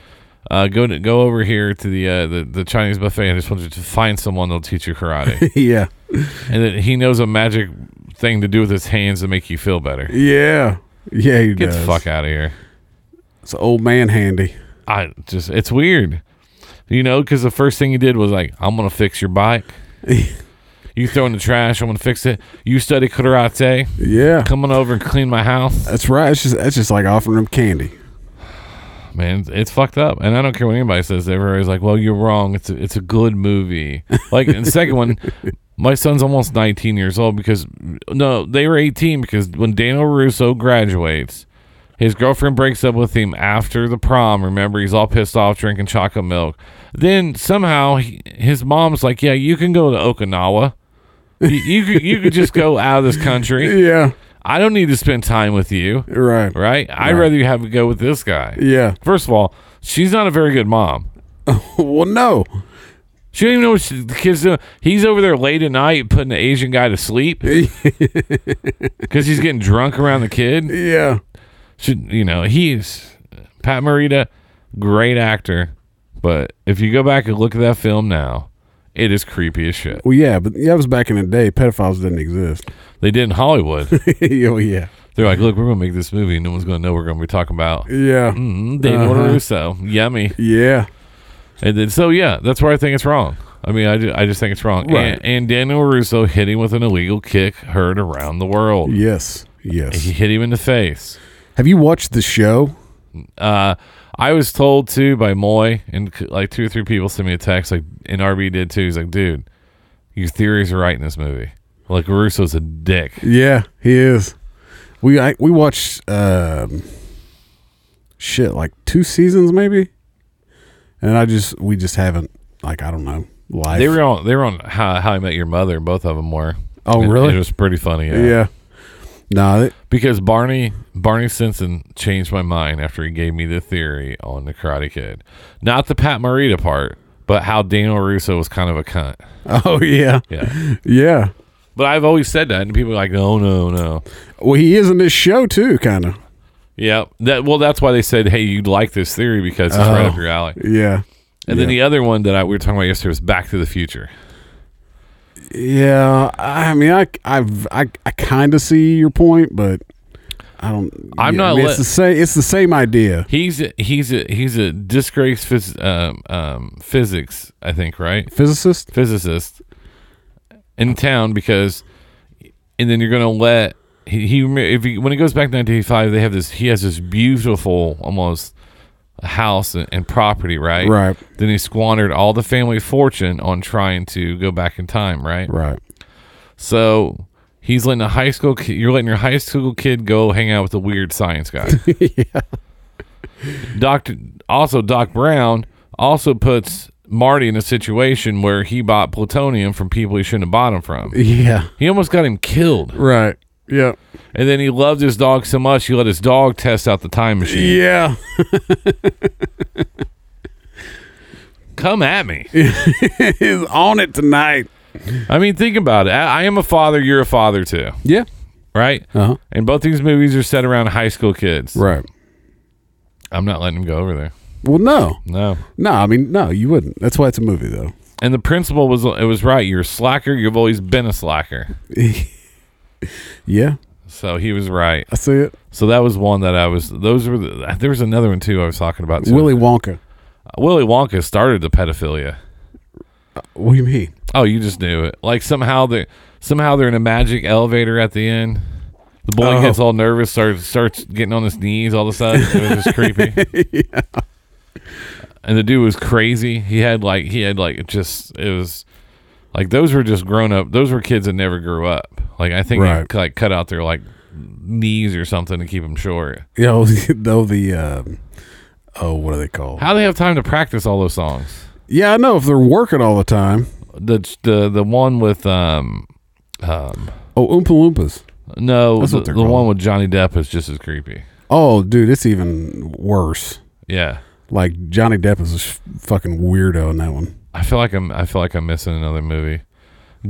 Speaker 3: uh, go to go over here to the uh, the, the Chinese buffet. I just want you to find someone that'll teach you karate."
Speaker 2: yeah.
Speaker 3: and that he knows a magic thing to do with his hands to make you feel better.
Speaker 2: Yeah. Yeah. He
Speaker 3: Get
Speaker 2: does.
Speaker 3: the fuck out of here.
Speaker 2: It's old man handy.
Speaker 3: I just. It's weird, you know, because the first thing he did was like, "I'm gonna fix your bike." You throw in the trash. I'm gonna fix it. You study karate.
Speaker 2: Yeah.
Speaker 3: Come on over and clean my house,
Speaker 2: That's right. It's just that's just like offering them candy.
Speaker 3: man. It's, it's fucked up, and I don't care what anybody says. Everybody's like, "Well, you're wrong. It's a, it's a good movie." Like, and the second one, my son's almost 19 years old because no, they were 18 because when Daniel Russo graduates, His girlfriend breaks up with him after the prom. Remember, he's all pissed off drinking chocolate milk. Then somehow he, his mom's like, "Yeah, you can go to Okinawa. You you could, you could just go out of this country.
Speaker 2: Yeah.
Speaker 3: I don't need to spend time with you,
Speaker 2: Right.
Speaker 3: right? I'd rather you have a go with this guy."
Speaker 2: Yeah.
Speaker 3: First of all, she's not a very good mom.
Speaker 2: Well, no.
Speaker 3: She don't even know what she, the kid's doing. He's over there late at night putting the Asian guy to sleep because he's getting drunk around the kid.
Speaker 2: Yeah.
Speaker 3: should you know he's Pat Morita, great actor, but if you go back and look at that film now, it is creepy as shit.
Speaker 2: Well, yeah, but that was back in the day. Pedophiles didn't exist.
Speaker 3: They did in Hollywood.
Speaker 2: oh yeah.
Speaker 3: They're like, look, we're gonna make this movie, and no one's gonna know we're gonna be talking about
Speaker 2: Yeah.
Speaker 3: mm, Daniel
Speaker 2: Uh-huh.
Speaker 3: Russo, yummy.
Speaker 2: Yeah.
Speaker 3: And then so yeah, that's where I think it's wrong. I mean, I, ju- I just think it's wrong.
Speaker 2: Right.
Speaker 3: And, and Daniel Russo hit him with an illegal kick heard around the world.
Speaker 2: Yes. Yes.
Speaker 3: He hit him in the face.
Speaker 2: Have you watched the show?
Speaker 3: Uh, I was told to by Moy and c- like two or three people sent me a text like and RB did too. He's like, dude, your theories are right in this movie. Like Russo's a dick.
Speaker 2: Yeah, he is. We I, we watched um, shit like two seasons maybe, and I just we just haven't like I don't know life.
Speaker 3: They were on they were on How, How I Met Your Mother. Both of them were.
Speaker 2: Oh,
Speaker 3: And
Speaker 2: really?
Speaker 3: It was pretty funny. Yeah.
Speaker 2: yeah. Nah, it-
Speaker 3: Because Barney Barney Stinson changed my mind after he gave me the theory on the Karate Kid, not the Pat Morita part, but how Daniel Russo was kind of a cunt.
Speaker 2: oh yeah,
Speaker 3: Yeah.
Speaker 2: yeah.
Speaker 3: but I've always said that, and people are like, no, no, no.
Speaker 2: Well, he is in this show too, kind of.
Speaker 3: Yeah. That well, that's why they said, "Hey, you'd like this theory because it's right up your alley."
Speaker 2: Oh. Yeah.
Speaker 3: And then the other one that I, we were talking about yesterday was Back to the Future.
Speaker 2: Yeah, I mean, I, I've, I, I kind of see your point, but I don't.
Speaker 3: I'm
Speaker 2: yeah,
Speaker 3: not
Speaker 2: I mean,
Speaker 3: let-
Speaker 2: it's the same. It's the same idea.
Speaker 3: He's a, he's a he's a disgraced phys, um, um, physics, I think, right?
Speaker 2: Physicist.
Speaker 3: Physicist in town because, and then you're gonna let he, he if he, when he goes back to 1985, they have this he has this beautiful almost house and, and property, right?
Speaker 2: Right.
Speaker 3: Then he squandered all the family fortune on trying to go back in time, right?
Speaker 2: Right.
Speaker 3: So he's letting a high school kid, you're letting your high school kid go hang out with the weird science guy. yeah. Doctor also Doc Brown also puts Marty in a situation where he bought plutonium from people he shouldn't have bought him from.
Speaker 2: Yeah.
Speaker 3: He almost got him killed.
Speaker 2: Right. Yeah.
Speaker 3: And then he loved his dog so much he let his dog test out the time machine.
Speaker 2: Yeah.
Speaker 3: Come at me.
Speaker 2: He's on it tonight.
Speaker 3: I mean, think about it. I, I am a father, you're a father too.
Speaker 2: Yeah.
Speaker 3: Right?
Speaker 2: Uh huh.
Speaker 3: And both these movies are set around high school kids.
Speaker 2: Right.
Speaker 3: I'm not letting him go over there.
Speaker 2: Well, no,
Speaker 3: No.
Speaker 2: no. I mean, no, you wouldn't. That's why it's a movie, though.
Speaker 3: And the principal was it was right. You're a slacker. You've always been a slacker.
Speaker 2: Yeah,
Speaker 3: So he was right.
Speaker 2: I see it.
Speaker 3: So that was one that I was. Those were the, there was another one too. I was talking about too.
Speaker 2: Willy Wonka.
Speaker 3: Willy Wonka started the pedophilia.
Speaker 2: What do you mean?
Speaker 3: Oh, you just knew it. Like somehow they somehow they're in a magic elevator at the end. The boy
Speaker 2: Oh.
Speaker 3: gets all nervous, starts starts getting on his knees all of a sudden. It was just creepy. And the dude was crazy. He had like he had like it just it was like those were just grown up. Those were kids that never grew up. Like I think
Speaker 2: Right.
Speaker 3: they like cut out their like knees or something to keep them short.
Speaker 2: You know, though the um, oh, what are they called?
Speaker 3: How do they have time to practice all those songs?
Speaker 2: yeah, I know. If they're working all the time,
Speaker 3: The the the one with um um
Speaker 2: oh, Oompa Loompas.
Speaker 3: no
Speaker 2: That's
Speaker 3: the,
Speaker 2: what
Speaker 3: the
Speaker 2: they're
Speaker 3: one
Speaker 2: called.
Speaker 3: with Johnny Depp is just as creepy.
Speaker 2: Oh, dude, it's even worse.
Speaker 3: Yeah.
Speaker 2: Like Johnny Depp is a sh- fucking weirdo in that one.
Speaker 3: I feel like I'm I feel like I'm missing another movie.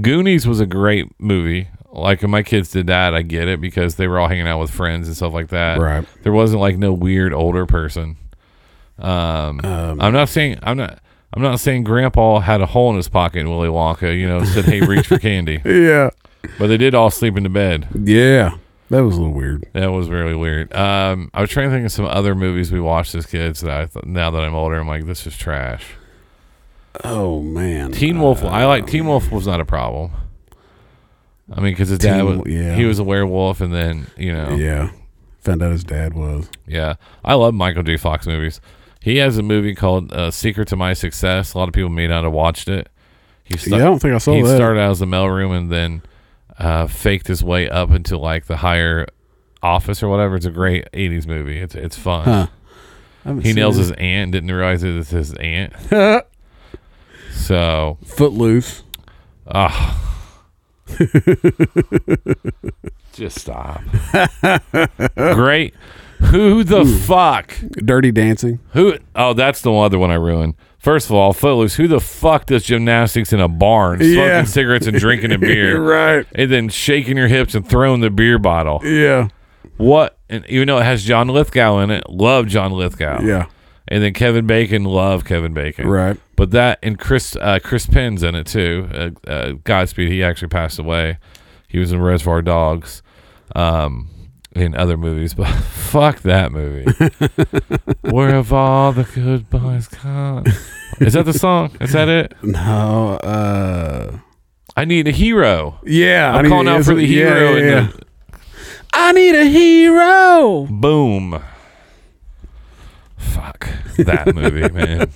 Speaker 3: Goonies was a great movie. Like when my kids did that, I get it because they were all hanging out with friends and stuff like that.
Speaker 2: Right.
Speaker 3: There wasn't like no weird older person. Um, I'm not saying I'm not I'm not saying grandpa had a hole in his pocket in Willy Wonka, you know, said, Hey, reach for candy.
Speaker 2: Yeah,
Speaker 3: But they did all sleep in the bed.
Speaker 2: yeah, that was a little weird.
Speaker 3: That was really weird. Um, I was trying to think of some other movies we watched as kids that I th- now that I'm older, I'm like, this is trash.
Speaker 2: Oh man,
Speaker 3: Teen Wolf. I like Teen Wolf was not a problem. I mean, because his dad
Speaker 2: Teen-
Speaker 3: was
Speaker 2: yeah.
Speaker 3: he was a werewolf, and then you know, yeah.
Speaker 2: yeah, found out his dad was.
Speaker 3: I love Michael J. Fox movies. He has a movie called uh, "Secret to My Success." A lot of people may not have watched it. He sta-
Speaker 2: yeah, I don't think I saw
Speaker 3: he
Speaker 2: that.
Speaker 3: started out as the mailroom and then uh, faked his way up into like the higher office or whatever. It's a great '80s movie. It's it's fun.
Speaker 2: Huh. I haven't
Speaker 3: He
Speaker 2: seen
Speaker 3: nails
Speaker 2: it.
Speaker 3: his aunt. Didn't realize it was his aunt. so
Speaker 2: Footloose.
Speaker 3: Ah. Just stop. Great. Who the
Speaker 2: Hmm.
Speaker 3: fuck?
Speaker 2: Dirty Dancing.
Speaker 3: Who? Oh, that's the other one I ruined. First of all, Footloose. Who the fuck does gymnastics in a barn, smoking
Speaker 2: Yeah.
Speaker 3: cigarettes and drinking a beer,
Speaker 2: right.
Speaker 3: and then shaking your hips and throwing the beer bottle?
Speaker 2: Yeah.
Speaker 3: What? And even though it has John Lithgow in it, love John Lithgow.
Speaker 2: Yeah.
Speaker 3: And then Kevin Bacon, love Kevin Bacon.
Speaker 2: Right.
Speaker 3: But that and Chris uh, Chris Penn's in it too. Uh, uh, Godspeed. He actually passed away. He was in Reservoir Dogs, um, in other movies. But fuck that movie. Where have all the good boys gone? Is that the song? Is that it?
Speaker 2: No. Uh.
Speaker 3: I need a hero.
Speaker 2: Yeah.
Speaker 3: I'm
Speaker 2: I need-
Speaker 3: calling out
Speaker 2: it's-
Speaker 3: for the
Speaker 2: yeah,
Speaker 3: hero.
Speaker 2: yeah,
Speaker 3: in
Speaker 2: yeah.
Speaker 3: the-
Speaker 2: I need a hero.
Speaker 3: boom. Fuck that movie, man.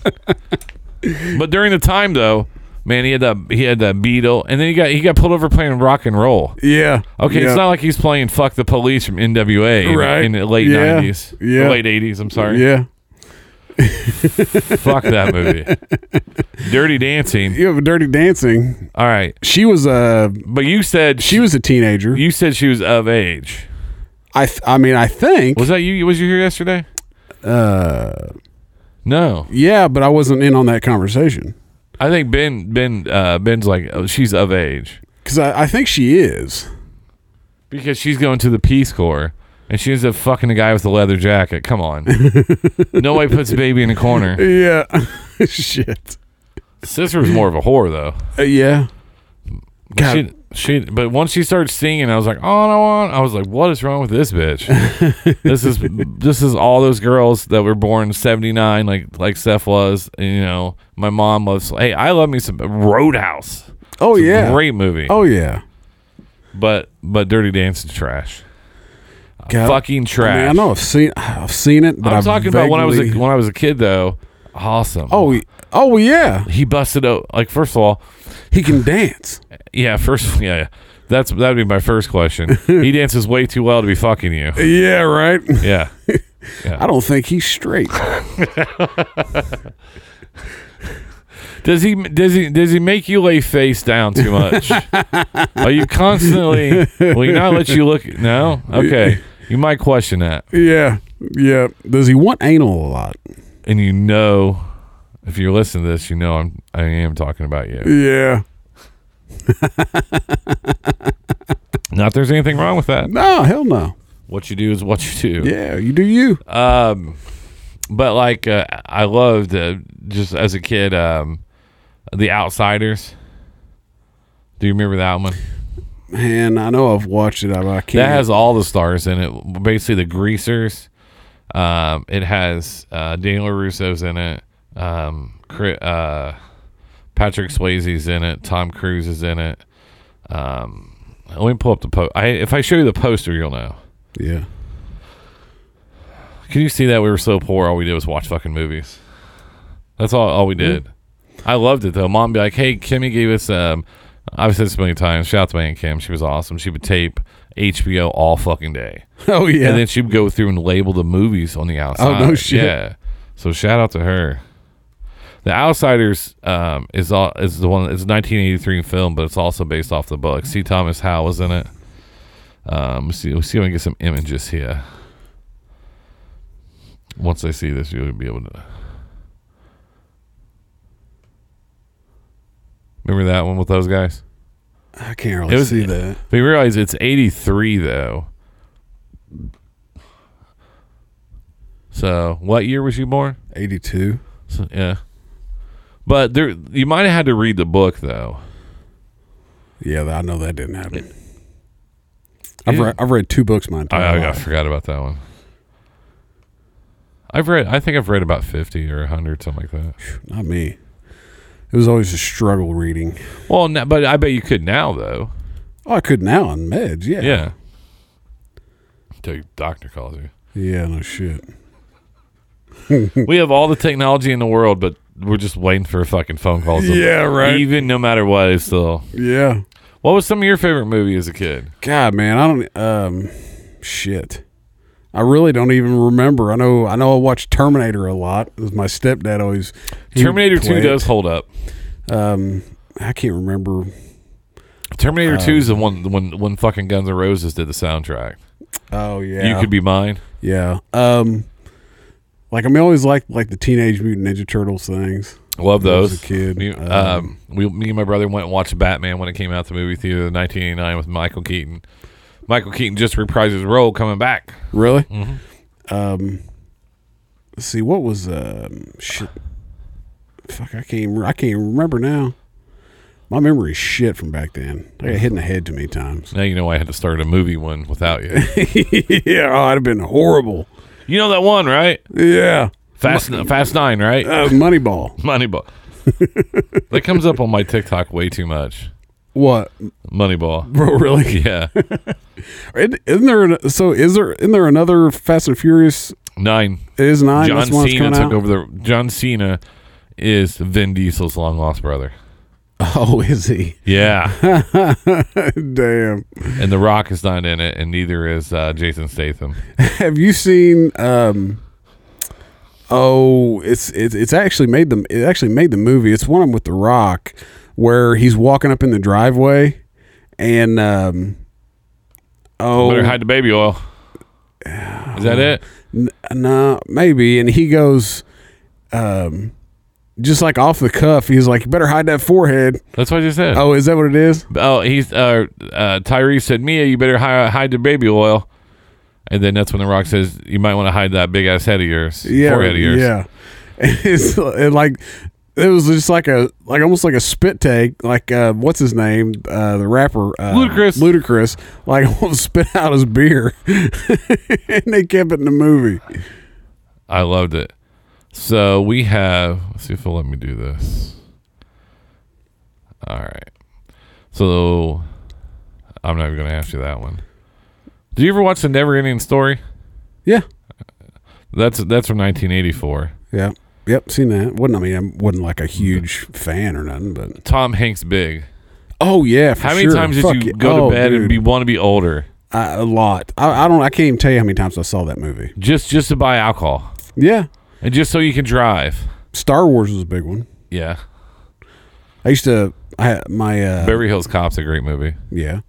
Speaker 3: but during the time though, man, he had that he had that Beatle, and then he got he got pulled over playing rock and roll.
Speaker 2: Yeah.
Speaker 3: Okay,
Speaker 2: yeah.
Speaker 3: it's not like he's playing "Fuck the Police" from NWA in-
Speaker 2: Right.
Speaker 3: in, the late
Speaker 2: Yeah.
Speaker 3: nineties,
Speaker 2: Yeah.
Speaker 3: late eighties. I'm sorry,
Speaker 2: Yeah.
Speaker 3: fuck that movie. Dirty Dancing.
Speaker 2: You have a Dirty Dancing.
Speaker 3: All right,
Speaker 2: She was a
Speaker 3: but you said she
Speaker 2: she was a teenager.
Speaker 3: you said she was of age.
Speaker 2: I th- I mean I think.
Speaker 3: Was that you? Was you here yesterday?
Speaker 2: Uh.
Speaker 3: No,
Speaker 2: Yeah, but I wasn't in on that conversation
Speaker 3: I think Ben Ben uh, Ben's like oh, she's of age
Speaker 2: because I, I think she is.
Speaker 3: because she's going to the Peace Corps. and she ends up fucking the guy with the leather jacket. Come on, nobody puts a baby in a corner.
Speaker 2: Yeah. Shit.
Speaker 3: Sister was more of a whore though.
Speaker 2: Uh, yeah. God.
Speaker 3: She, she, but once she started singing, I was like, on and on. I was like, what is wrong with this bitch? this is this is all those girls that were born in '79, like like Steph was. And, you know, my mom loves. Hey, I love me some Roadhouse.
Speaker 2: Oh
Speaker 3: It's a
Speaker 2: yeah.
Speaker 3: great movie.
Speaker 2: Oh yeah.
Speaker 3: but but Dirty Dancing's trash.
Speaker 2: God.
Speaker 3: Fucking
Speaker 2: I,
Speaker 3: trash.
Speaker 2: mean, I know I've seen I've seen it, but
Speaker 3: I'm talking about when I was a,
Speaker 2: vaguely-
Speaker 3: when I was a kid though. Awesome.
Speaker 2: Oh, y- oh yeah.
Speaker 3: he busted out. Like first of all,
Speaker 2: He can dance.
Speaker 3: yeah, first yeah, yeah. that's that'd be my first question. he dances way too well to be fucking you.
Speaker 2: Yeah, right.
Speaker 3: Yeah.
Speaker 2: I don't think he's straight.
Speaker 3: Does he does he does he make you lay face down too much? Are you constantly will he not let you look no? Okay. You might question that.
Speaker 2: yeah. Yeah. Does he want anal a lot?
Speaker 3: And you know if you listen to this, you know I'm I am talking about you.
Speaker 2: Yeah.
Speaker 3: Not there's anything wrong with that.
Speaker 2: No, hell no.
Speaker 3: What you do is what you do.
Speaker 2: Yeah, you do you.
Speaker 3: Um but like uh, I loved uh, just as a kid um The Outsiders. Do you remember that one?
Speaker 2: Man, I know I've watched it, but I can't.
Speaker 3: That has all the stars in it. Basically, the greasers. Um, it has uh, Daniel Russo's in it. Um, Cri- uh, Patrick Swayze's in it. Tom Cruise is in it. Um, let me pull up the post. I, if I show you the poster, you'll know.
Speaker 2: yeah.
Speaker 3: Can you see that we were so poor? All we did was watch fucking movies. That's all, all we did. I loved it though. Mom be like, "Hey, Kimmy gave us." Um, I've said this many times. Shout out to my aunt Kim. She was awesome. She would tape HBO all fucking day.
Speaker 2: Oh yeah. Oh,
Speaker 3: and then she'd go through and label the movies on the outside.
Speaker 2: no shit.
Speaker 3: Yeah. So shout out to her. The Outsiders um, is all is the one. It's a 1983 film, but it's also based off the book. See Thomas Howe was in it. Um, let's see, let's see if we can get some images here. Once I see this, you'll be able to. Remember that one with those guys?
Speaker 2: I can't really
Speaker 3: It was-
Speaker 2: see that.
Speaker 3: But you realize it's 83 though. So, what year was you born?
Speaker 2: Eighty-two.
Speaker 3: So, yeah. But there you might have had to read the book though.
Speaker 2: Yeah, I know that didn't happen. I've read, I've read two books my
Speaker 3: I,
Speaker 2: entire
Speaker 3: I, I
Speaker 2: life.
Speaker 3: forgot about that one. I've read I think I've read about 50 or 100 something like that.
Speaker 2: Not me. It was always a struggle reading.
Speaker 3: Well, no, but I bet you could now though.
Speaker 2: Oh, I could now on meds. Yeah.
Speaker 3: Yeah. Until your doctor calls you.
Speaker 2: Yeah, no shit.
Speaker 3: we have all the technology in the world, but we're just waiting for fucking phone calls.
Speaker 2: Yeah, right.
Speaker 3: Even no matter what, it's still.
Speaker 2: E-, Yeah.
Speaker 3: What was some of your favorite movie as a kid?
Speaker 2: God, man, I don't. Um, shit. I really don't even remember. I know. I know. I watched Terminator a lot. It was my stepdad always. he would
Speaker 3: Terminator
Speaker 2: play
Speaker 3: Two
Speaker 2: it.
Speaker 3: does hold up.
Speaker 2: Um, I can't remember.
Speaker 3: Terminator
Speaker 2: Um,
Speaker 3: Two is the one the one when fucking Guns N' Roses did the soundtrack.
Speaker 2: Oh yeah.
Speaker 3: You could be mine.
Speaker 2: Yeah. Um, like I'm always like like the Teenage Mutant Ninja Turtles things.
Speaker 3: Love
Speaker 2: When I was
Speaker 3: those.
Speaker 2: a kid,
Speaker 3: Me,
Speaker 2: um,
Speaker 3: um, we, me and my brother went and watched Batman when it came out the movie theater in 1989 with Michael Keaton. Michael Keaton just reprised his role coming back.
Speaker 2: Really?
Speaker 3: Mm-hmm.
Speaker 2: Um, let's see what was um shit. Fuck, I can't. Even, I can't even remember now. My memory is shit from back then. I got hit in the head too many times.
Speaker 3: Now you know why I had to start a movie one without you.
Speaker 2: yeah, oh, I'd have been horrible.
Speaker 3: you know that one, right?
Speaker 2: Yeah,
Speaker 3: Fast Fast Nine, right?
Speaker 2: uh, Moneyball.
Speaker 3: Moneyball. that comes up on my TikTok way too much.
Speaker 2: What,
Speaker 3: Moneyball.
Speaker 2: bro? Really?
Speaker 3: Yeah.
Speaker 2: Isn't there? an- So is there? Isn't there another Fast and Furious?
Speaker 3: Nine.
Speaker 2: It is nine.
Speaker 3: John
Speaker 2: That's the one that's
Speaker 3: Cena
Speaker 2: coming
Speaker 3: took
Speaker 2: out?
Speaker 3: over the John Cena is Vin Diesel's long lost brother.
Speaker 2: Oh, is he?
Speaker 3: Yeah.
Speaker 2: Damn.
Speaker 3: and The Rock is not in it and neither is uh, Jason Statham.
Speaker 2: Have you seen? um Oh, it's it's it's actually made them. It actually made the movie. It's one of 'em with The Rock, where he's walking up in the driveway, and um, oh,
Speaker 3: Better hide the baby oil. Is that it?
Speaker 2: N- nah, maybe. And he goes, um, just like off the cuff, he's like, "You better hide that forehead."
Speaker 3: That's what I just said.
Speaker 2: Oh,
Speaker 3: Oh,
Speaker 2: is that what it is?
Speaker 3: he's uh, uh, Tyrese said, Mia, you better hi- hide the baby oil. And then that's when The Rock says, "You might want to hide that big ass head of yours,
Speaker 2: yeah,
Speaker 3: forehead of yours."
Speaker 2: yeah. It's it like it was just like a like almost like a spit take. Like uh, what's his name, uh, the rapper uh,
Speaker 3: Ludacris.
Speaker 2: Ludacris, like almost spit out his beer, and they kept it in the movie.
Speaker 3: I loved it. So we have. Let's see if it'll let me do this. All right. So I'm not even going to ask you that one. Did you ever watch the Never Ending Story?
Speaker 2: Yeah,
Speaker 3: That's that's from 1984.
Speaker 2: yeah, yep. Seen that? wasn't I mean I wasn't like a huge fan or nothing, but
Speaker 3: Tom Hanks big.
Speaker 2: oh yeah. For
Speaker 3: How many
Speaker 2: sure.
Speaker 3: times did
Speaker 2: Fuck
Speaker 3: you
Speaker 2: yeah.
Speaker 3: go
Speaker 2: Oh,
Speaker 3: to bed and
Speaker 2: dude.
Speaker 3: be want to be older
Speaker 2: I- a lot? I, I don't. I can't even tell you how many times I saw that movie.
Speaker 3: just just to buy alcohol
Speaker 2: Yeah,
Speaker 3: and just so you can drive?
Speaker 2: Star Wars was a big one.
Speaker 3: Yeah.
Speaker 2: I used to. I had my uh,
Speaker 3: Beverly Hills Cop's a great movie.
Speaker 2: yeah.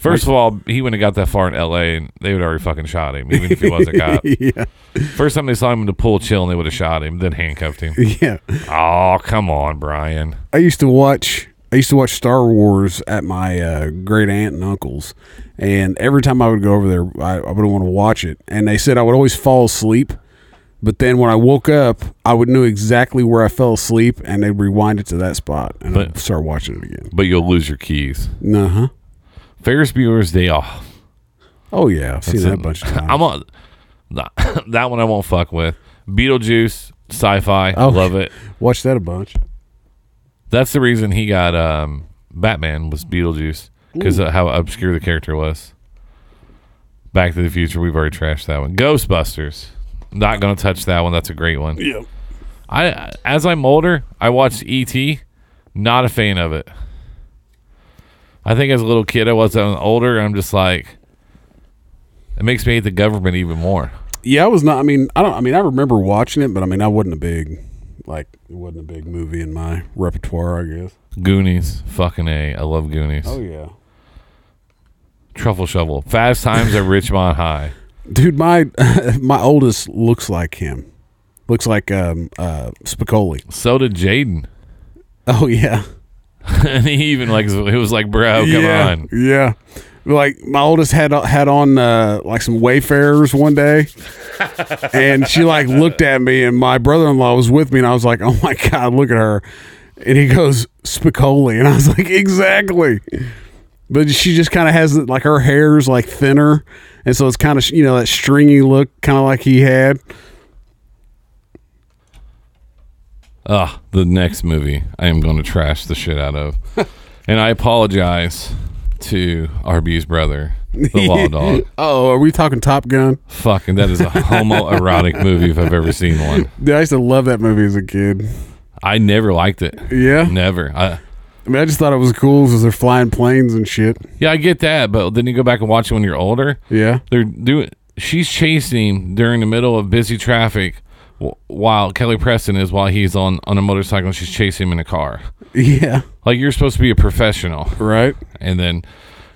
Speaker 3: First of all, he wouldn't have got that far in L.A. and they would already fucking shot him, even if he was a cop.
Speaker 2: yeah,
Speaker 3: First time they saw him in the pool chilling, they would have shot him, then handcuffed him.
Speaker 2: yeah.
Speaker 3: oh, come on, Brian.
Speaker 2: I used to watch. I used to watch Star Wars at my uh, great aunt and uncle's, and every time I would go over there, I, I would want to watch it. And they said I would always fall asleep, but then when I woke up, I would know exactly where I fell asleep, and they'd rewind it to that spot, and I'd
Speaker 3: But-
Speaker 2: start watching it again.
Speaker 3: But you'll lose your keys.
Speaker 2: Uh huh.
Speaker 3: Ferris Bueller's Day Off.
Speaker 2: Oh yeah, I've seen
Speaker 3: That's
Speaker 2: that
Speaker 3: it.
Speaker 2: bunch of times.
Speaker 3: I'm on that that one. I won't fuck with Beetlejuice. Sci-fi.
Speaker 2: Oh.
Speaker 3: Love it.
Speaker 2: Watch that a bunch.
Speaker 3: That's the reason he got um, Batman was Beetlejuice because of how obscure the character was. Back to the Future. We've already trashed that one. Ghostbusters. Not gonna touch that one. That's a great one.
Speaker 2: Yeah.
Speaker 3: I as I'm older, I watched ET. Not a fan of it. I think as a little kid, I was I'm older. I'm just like, it makes me hate the government even more.
Speaker 2: Yeah, I was not. I mean, I don't. I mean, I remember watching it, but I mean, I wasn't a big, like, it wasn't a big movie in my repertoire, I guess.
Speaker 3: Goonies, fucking a. I love Goonies.
Speaker 2: Oh yeah,
Speaker 3: Truffle shovel. Fast Times at Richmond High.
Speaker 2: dude, my my oldest looks like him. Looks like um uh Spicoli.
Speaker 3: So did Jaden,
Speaker 2: Oh yeah,
Speaker 3: and he even like it was like, bro, Oh, come
Speaker 2: yeah,
Speaker 3: on.
Speaker 2: yeah. Like my oldest had had on uh, like some Wayfarers one day, and she like looked at me, and my brother in law was with me, and I was like, "Oh my god, look at her!" And he goes Spicoli, and I was like, "Exactly." But she just kind of has like her hair's like thinner, and so it's kind of you know that stringy look, kind of like he had.
Speaker 3: Ugh, the next movie I am going to trash the shit out of. and I apologize to RB's brother, the law dog.
Speaker 2: Oh, are we talking Top Gun?
Speaker 3: Fucking, that is a homoerotic movie if I've ever seen one.
Speaker 2: Dude, I used to love that movie as a kid.
Speaker 3: I never liked it.
Speaker 2: Yeah,
Speaker 3: Never. I,
Speaker 2: I mean, I just thought it was cool because they're flying planes and shit.
Speaker 3: yeah, I get that, but then you go back and watch it when you're older.
Speaker 2: Yeah.
Speaker 3: They're doing. She's chasing him during the middle of busy traffic, wh- while Kelly Preston is while he's on on a motorcycle and she's chasing him in a car.
Speaker 2: Yeah.
Speaker 3: Like you're supposed to be a professional,
Speaker 2: Right.
Speaker 3: and then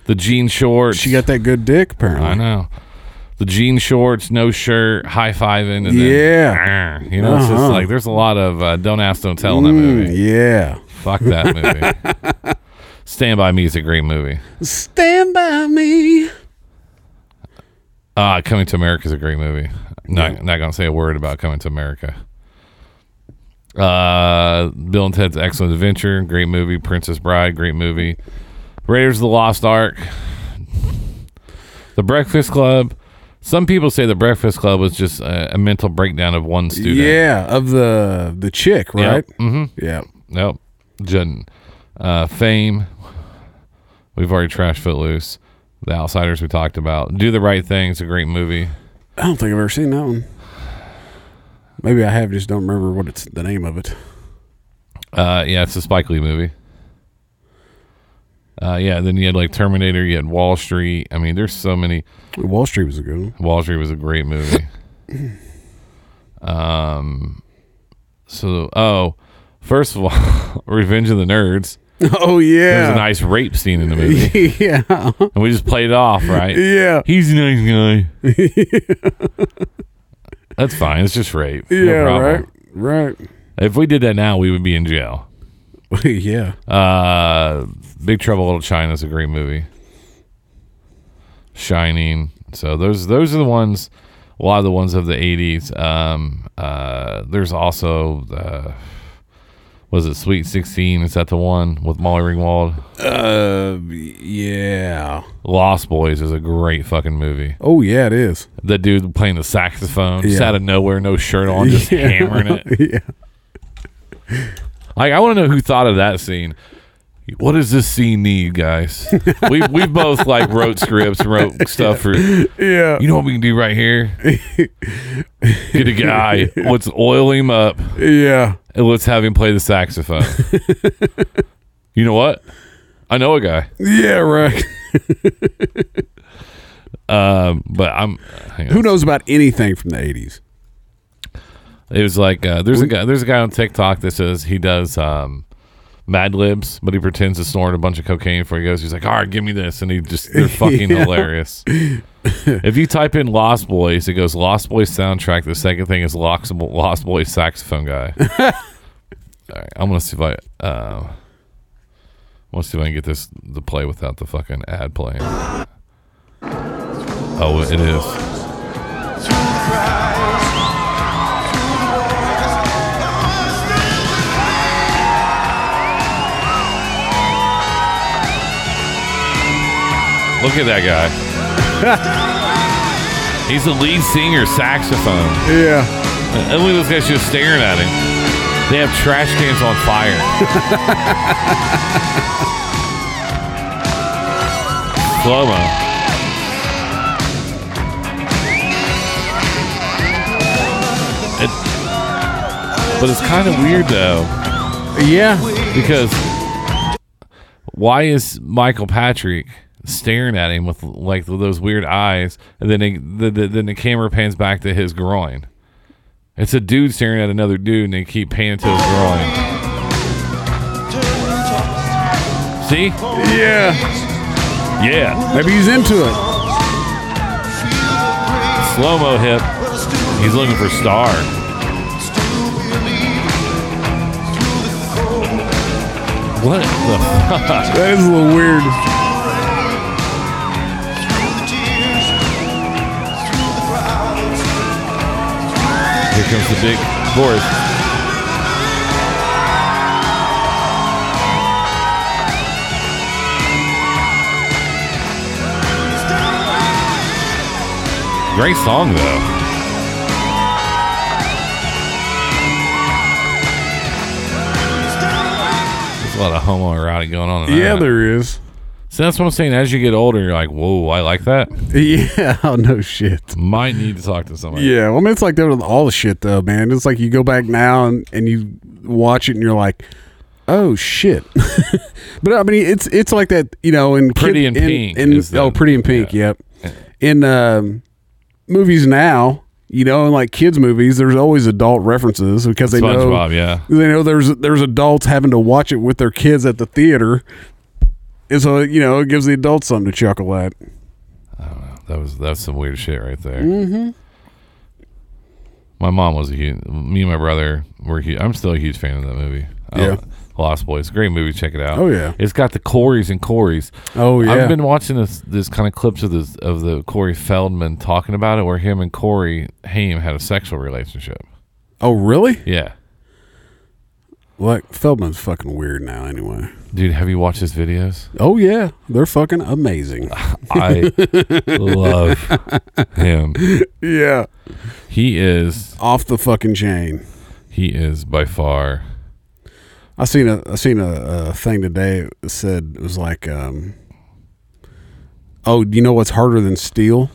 Speaker 3: the jean shorts.
Speaker 2: She got that good dick,
Speaker 3: I
Speaker 2: apparently.
Speaker 3: know. The jean shorts, no shirt, high fiving, and
Speaker 2: Yeah.
Speaker 3: then, Arr. you know, it's
Speaker 2: Uh-huh.
Speaker 3: just like there's a lot of uh, don't ask, don't tell in that
Speaker 2: Mm,
Speaker 3: movie.
Speaker 2: yeah.
Speaker 3: Fuck that movie. Stand by Me is a great movie.
Speaker 2: Stand by me.
Speaker 3: Uh, Coming to America is a great movie. Not not gonna say a word about Coming to America. Uh, Bill and Ted's Excellent Adventure, great movie. Princess Bride, great movie. Raiders of the Lost Ark, The Breakfast Club. Some people say The Breakfast Club was just a, a mental breakdown of one student.
Speaker 2: Yeah, of the the chick, right?
Speaker 3: hmm
Speaker 2: Yeah.
Speaker 3: Yep. Judden. Uh, Fame. We've already trashed Footloose. The Outsiders we talked about. Do the Right Thing is a great movie.
Speaker 2: I don't think I've ever seen that one. Maybe I have, just don't remember what it's the name of it.
Speaker 3: Uh, yeah, it's a Spike Lee movie. Uh, yeah, then you had like Terminator, you had Wall Street. I mean, there's so many.
Speaker 2: Wall Street was a good one.
Speaker 3: Wall Street was a great movie. um, so oh, first of all, Revenge of the Nerds.
Speaker 2: Oh
Speaker 3: There's a
Speaker 2: yeah.
Speaker 3: nice rape scene in the movie,
Speaker 2: yeah.
Speaker 3: and we just played it off, right?
Speaker 2: Yeah.
Speaker 3: He's a nice guy. That's fine. It's just rape. No
Speaker 2: Yeah, right.
Speaker 3: problem.
Speaker 2: Right.
Speaker 3: If we did that now, we would be in jail.
Speaker 2: yeah.
Speaker 3: Uh, Big Trouble in Little China is a great movie. Shining, So those those are the ones. A lot of the ones of the '80s. Um, uh, there's also uh, was it Sweet 16? Is that the one with Molly Ringwald?
Speaker 2: Uh, yeah.
Speaker 3: Lost Boys is a great fucking movie.
Speaker 2: Oh yeah, it is.
Speaker 3: The dude playing the saxophone just
Speaker 2: Yeah.
Speaker 3: out of nowhere, no shirt on, just
Speaker 2: Yeah.
Speaker 3: hammering it.
Speaker 2: yeah.
Speaker 3: Like, I want to know who thought of that scene. What does this scene need, guys? we we both like wrote scripts, wrote stuff for. You
Speaker 2: Yeah.
Speaker 3: know what we can do right here? Get a guy. Let's oil him up
Speaker 2: Yeah.
Speaker 3: and let's have him play the saxophone. you know what? I know a guy,
Speaker 2: Yeah, right.
Speaker 3: um, but I'm. hang on.
Speaker 2: Who knows about anything from the 80s?
Speaker 3: It was like uh, there's a guy there's a guy on TikTok that says he does um, Mad Libs, but he pretends to snort a bunch of cocaine before he goes. He's like, "All right, give me this," and he just they're fucking hilarious. if you type in Lost Boys, it goes Lost Boys soundtrack. The second thing is Lost, Lost Boys saxophone guy. All right, I'm gonna see if I. Uh, Let's see if I can get this to play without the fucking ad playing. Oh, it is. Look at that guy. He's the lead singer, saxophone.
Speaker 2: Yeah.
Speaker 3: And look at those guys just staring at him. They have trash cans on fire. Slow mo. It- But it's kind of weird though,
Speaker 2: Yeah.
Speaker 3: because why is Michael Patrick staring at him with like those weird eyes, and then they, the, the, then the camera pans back to his groin? It's a dude staring at another dude, and they keep panning to his groin. See?
Speaker 2: Yeah.
Speaker 3: Yeah.
Speaker 2: Maybe he's into it.
Speaker 3: Slow mo hip. He's looking for star. What the fuck?
Speaker 2: That is a little weird.
Speaker 3: Here comes the big chorus. Great song though. There's a lot of homoerotic going on. in
Speaker 2: Yeah,
Speaker 3: that.
Speaker 2: there is.
Speaker 3: So that's what I'm saying. As you get older, you're like, whoa, I like that.
Speaker 2: Yeah. Oh, no shit.
Speaker 3: Might need to talk to somebody.
Speaker 2: Yeah. Well, I mean, it's like that with all the shit, though, man. It's like you go back now and, and you watch it and you're like, oh, shit. but I mean, it's it's like that, you know, in
Speaker 3: Pretty in
Speaker 2: in-
Speaker 3: Pink
Speaker 2: in-
Speaker 3: is the-
Speaker 2: oh, Pretty in Pink. Yep. In um, movies now, you know, in like kids' movies, there's always adult references because they know.
Speaker 3: SpongeBob, yeah.
Speaker 2: you know there's there's adults having to watch it with their kids at the theater and so you know it gives the adults something to chuckle at
Speaker 3: That was that's some weird shit right there. Mm-hmm. My mom was a huge. Me and my brother were. Huge, I'm still a huge fan of that movie. I-
Speaker 2: Yeah.
Speaker 3: Lost Boys, great movie. Check it out.
Speaker 2: Oh, yeah.
Speaker 3: it's got the Corys and Corys.
Speaker 2: Oh, yeah.
Speaker 3: I've been watching this this kind of clips of this of the Corey Feldman talking about it, where him and Corey Haim had a sexual relationship.
Speaker 2: oh really
Speaker 3: Yeah,
Speaker 2: like feldman's fucking weird now anyway
Speaker 3: dude, have you watched his videos?
Speaker 2: oh yeah they're fucking amazing
Speaker 3: I love him.
Speaker 2: yeah
Speaker 3: He is
Speaker 2: off the fucking chain
Speaker 3: he is by far.
Speaker 2: i seen a i seen a, a thing today that said it was like um oh do you know what's harder than steel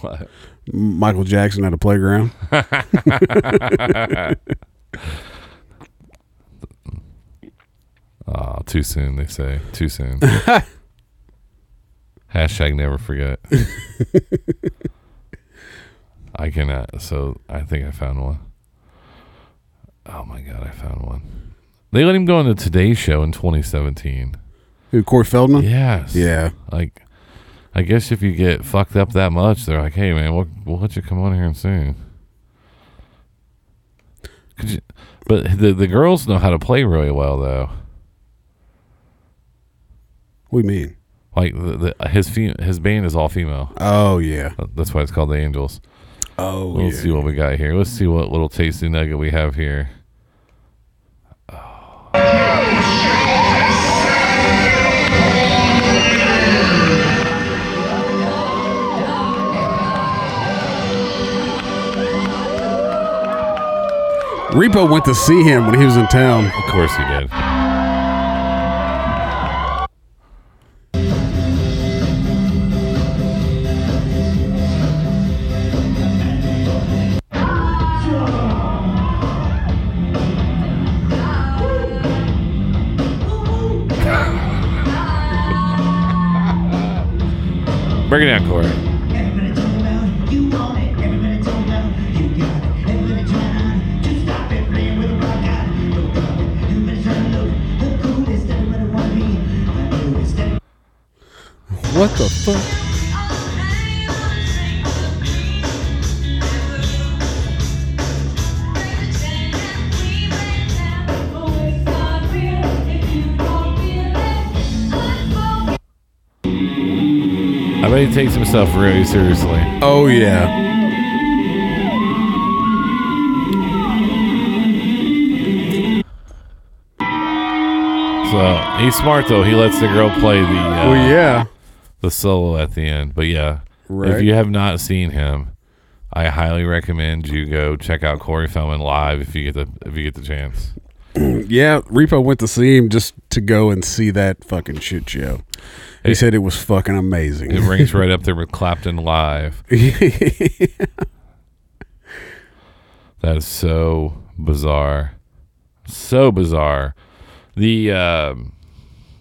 Speaker 3: What?
Speaker 2: michael jackson at a playground
Speaker 3: Ah, too soon, they say. Too soon. Hashtag never forget. I cannot. So I think I found one. Oh my God, I found one. They let him go on the Today Show in 2017.
Speaker 2: who corey feldman
Speaker 3: Yes.
Speaker 2: yeah
Speaker 3: Like, I guess if you get fucked up that much, they're like, hey, man, we'll, we'll let you come on here and sing. Could you, but the, the girls know how to play really well, though.
Speaker 2: what do you mean
Speaker 3: Like the, the, his fe- his band is all female. Uh,
Speaker 2: Oh yeah.
Speaker 3: That's why it's called the Angels.
Speaker 2: Oh
Speaker 3: Let's see what we got here. Let's see what little tasty nugget we have here.
Speaker 2: Repo went to see him when he was in town.
Speaker 3: Of course he did. Break it down, Corey.
Speaker 5: Everybody talk about you want it. Everybody talk about you got it. Everybody trying to stop it, playing with a rock out. Don't drop it. Everybody trying to look the coolest. Everybody want to be the coolest.
Speaker 2: What the fuck?
Speaker 3: I bet he takes himself really seriously.
Speaker 2: Oh yeah.
Speaker 3: So he's smart though. He lets the girl play the uh,
Speaker 2: Oh yeah.
Speaker 3: the solo at the end. But yeah, if
Speaker 2: Right.
Speaker 3: you have not seen him, I highly recommend you go check out Corey Feldman live if you get the if you get the chance.
Speaker 2: Yeah, Repo went to see him just to go and see that fucking shit show. He said it was fucking
Speaker 3: It
Speaker 2: amazing.
Speaker 3: rings right up there with Clapton live. That is so bizarre, so bizarre. The um,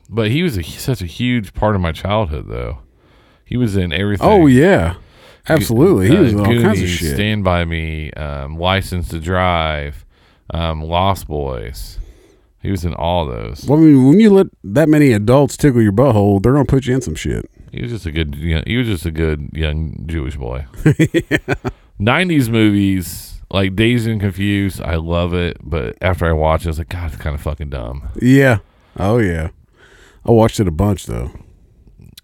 Speaker 3: but he was a, such a huge part of my childhood though. He was in everything.
Speaker 2: oh yeah. Absolutely. He
Speaker 3: uh,
Speaker 2: was in all kinds of
Speaker 3: Goonies,
Speaker 2: shit.
Speaker 3: Stand by Me, um, License to Drive, um, Lost Boys. He was in all those.
Speaker 2: Well, I mean, when you let that many adults tickle your butthole, they're gonna put you in some shit.
Speaker 3: He was just a good. You know, he was just a good young Jewish boy. Nineties movies like Dazed and Confused. I love it, but after I watch it, I was like, God, it's kind of fucking dumb.
Speaker 2: Yeah. Oh yeah. I watched it a bunch though.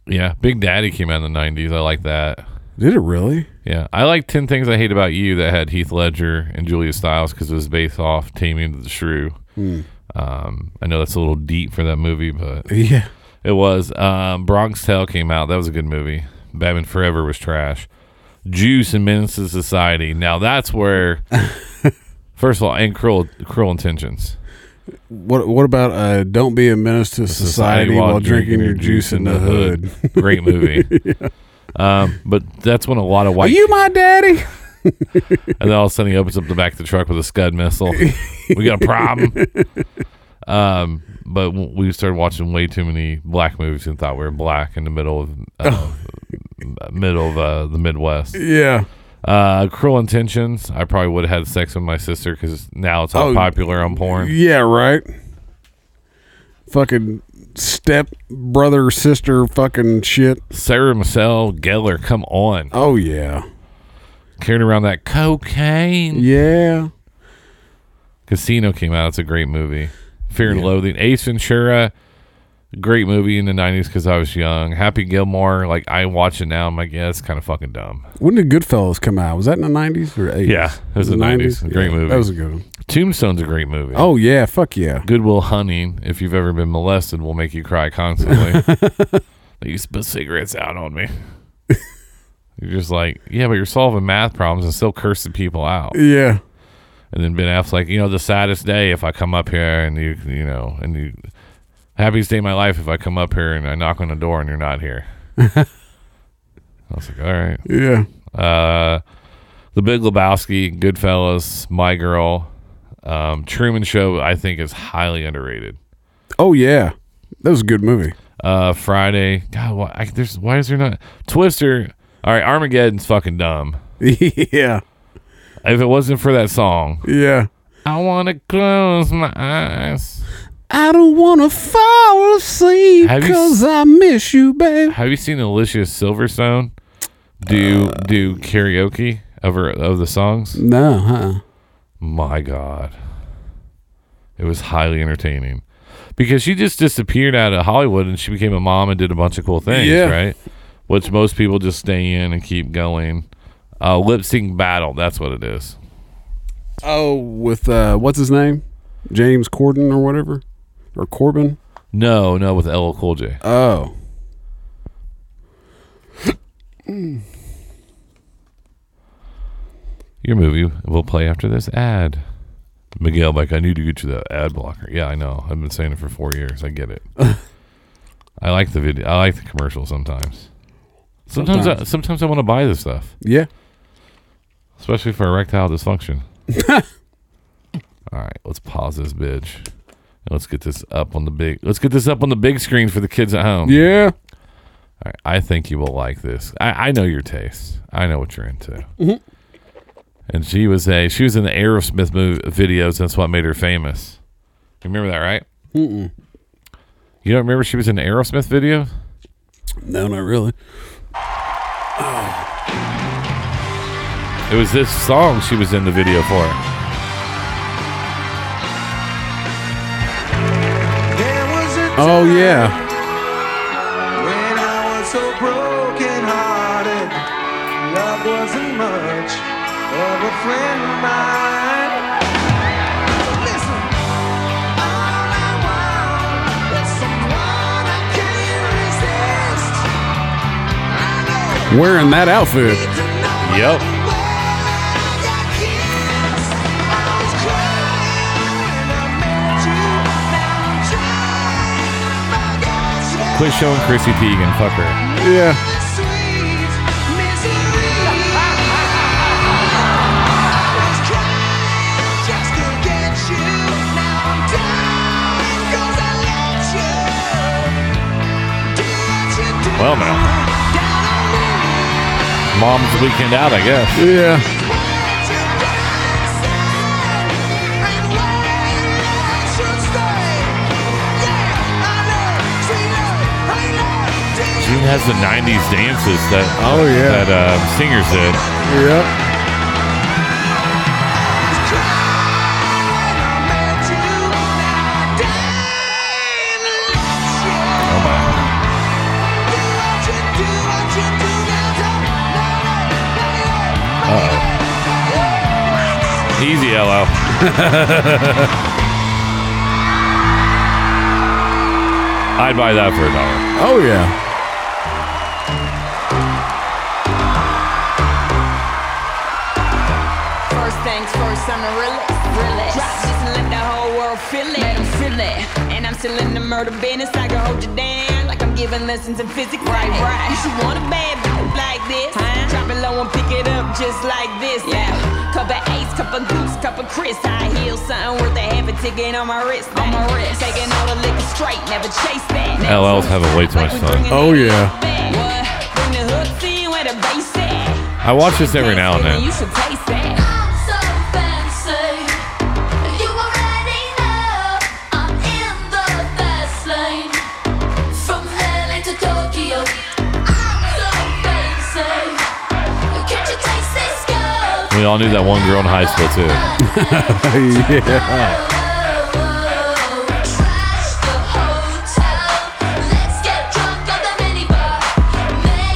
Speaker 3: Yeah, Big Daddy came out in the nineties. I like that.
Speaker 2: Did it really?
Speaker 3: Yeah, I like Ten Things I Hate About You that had Heath Ledger and Julia Stiles because it was based off Taming of the Shrew.
Speaker 2: Hmm.
Speaker 3: Um, I know that's a little deep for that movie, but
Speaker 2: Yeah.
Speaker 3: It was. Um, Bronx Tale came out. That was a good movie. Batman Forever was trash. Juice and Menace to Society. Now that's where. first of all, and cruel, cruel intentions.
Speaker 2: What What about uh, "Don't be a menace to society, while drinking, your juice in the hood"?
Speaker 3: Great movie. Um, but that's when a lot of
Speaker 2: Are
Speaker 3: white,
Speaker 2: you my daddy?
Speaker 3: and then all of a sudden he opens up the back of the truck with a Scud missile. we got a problem. Um, but w- we started watching way too many black movies and thought we were black in the middle of uh, middle of uh, the Midwest.
Speaker 2: Yeah.
Speaker 3: Uh, Cruel Intentions. I probably would have had sex with my sister because now it's all
Speaker 2: Oh.
Speaker 3: popular on porn.
Speaker 2: Yeah. Right. Fucking step brother sister fucking shit.
Speaker 3: Sarah Michelle Gellar, come on,
Speaker 2: Oh yeah.
Speaker 3: carrying around that cocaine.
Speaker 2: Yeah.
Speaker 3: Casino came out. It's a great movie. Fear and Loathing. Ace Ventura, great movie in the '90s because I was young. Happy Gilmore. Like I watch it now. I'm like, yeah, it's kind of fucking dumb.
Speaker 2: When did Goodfellas come out? Was that in the nineties or eighties?
Speaker 3: Yeah, it was the 90s. Great movie.
Speaker 2: That was a good one.
Speaker 3: Tombstone's a great movie.
Speaker 2: Oh yeah. Fuck yeah.
Speaker 3: Goodwill Hunting. If you've ever been molested, will make you cry constantly. they used to put cigarettes out on me. You're just like, yeah, but you're solving math problems and still cursing people out.
Speaker 2: Yeah.
Speaker 3: And then Ben Affleck's like, you know, the saddest day if I come up here and you, you know, and you, happiest day of my life if I come up here and I knock on the door and you're not here. I was like, all right.
Speaker 2: Yeah.
Speaker 3: Uh, the Big Lebowski, Goodfellas, My Girl, um, Truman Show. I think is highly underrated.
Speaker 2: Oh yeah. That was a good movie.
Speaker 3: uh, Friday. God, why, I, there's, why is there not Twister? All right, Armageddon's fucking dumb.
Speaker 2: yeah.
Speaker 3: If it wasn't for that song,
Speaker 2: Yeah.
Speaker 3: I want to close my eyes.
Speaker 2: I don't want to fall asleep
Speaker 3: Have you s-
Speaker 2: because I miss you, babe.
Speaker 3: Have you seen Alicia Silverstone do do karaoke of her, of the songs?
Speaker 2: No, uh-uh. huh?
Speaker 3: My God, it was highly entertaining. because she just disappeared out of Hollywood and she became a mom and did a bunch of cool things,
Speaker 2: Yeah.
Speaker 3: right? Which most people just stay in and keep going. Uh, lip sync battle, that's what it is.
Speaker 2: Oh, with uh, what's his name? James Corden or whatever, or Corbin.
Speaker 3: No, no, with LL Cool J.
Speaker 2: Oh,
Speaker 3: Your movie will play after this ad. Miguel, like, I need to get you the ad blocker. Yeah, I know. I've been saying it for four years. I get it. I like the video. I like the commercial sometimes. Sometimes, I,
Speaker 2: Sometimes.
Speaker 3: sometimes I want to buy this stuff,
Speaker 2: yeah.
Speaker 3: especially for erectile dysfunction. All right, let's pause this bitch. And let's get this up on the big. Let's get this up on the big screen for the kids at home.
Speaker 2: Yeah.
Speaker 3: All right, I think you will like this. I, I know your taste. I know what you're into. And she was a she was in the Aerosmith move, videos. That's what made her famous. You remember that, right? Mm-mm. You don't remember she was in the Aerosmith video?
Speaker 2: No, not really.
Speaker 3: It was this song she was in the video for.
Speaker 6: There was a
Speaker 2: Oh yeah.
Speaker 6: when I was so broken hearted. Love wasn't much of a friend of mine. So listen, all I want is someone I can resist. I know
Speaker 2: Wearing that outfit.
Speaker 6: to know
Speaker 3: Yep.
Speaker 6: the world I kiss. I was crying when I met you. Now I'm trying my best to
Speaker 3: Quit showing Chrissy Teigen, fuck her.
Speaker 2: Yeah.
Speaker 3: Well, now. Mom's weekend out, I guess.
Speaker 2: Yeah.
Speaker 3: June has the '90s dances that
Speaker 2: Oh, yeah.
Speaker 3: that uh, singers did.
Speaker 2: Yep.
Speaker 3: Oh my! Easy, LL. I'd buy that for a dollar.
Speaker 2: Oh yeah.
Speaker 7: First things first, I'm the realest. realest. Drop this and let the whole world feel it. Let 'em feel it. And I'm still in the murder business. I can hold you down like I'm giving lessons in physics. Right, right. You should want a bad bitch like this. Huh? Drop it low and pick it up just like this. Yeah. Cup of ace, cup of goose, cup of Chris. I heal something worth a half a ticket on my wrist. On my wrist. Taking all the liquor straight, never chase that.
Speaker 3: LLs have a way too much
Speaker 7: We
Speaker 3: fun.
Speaker 7: bringing
Speaker 2: Oh,
Speaker 7: it
Speaker 2: yeah.
Speaker 7: back. What? Bring the hooks in where the bass at.
Speaker 3: I watch this every now and
Speaker 7: You
Speaker 3: then.
Speaker 7: should taste that.
Speaker 3: We all knew that one girl in high school too.
Speaker 2: yeah.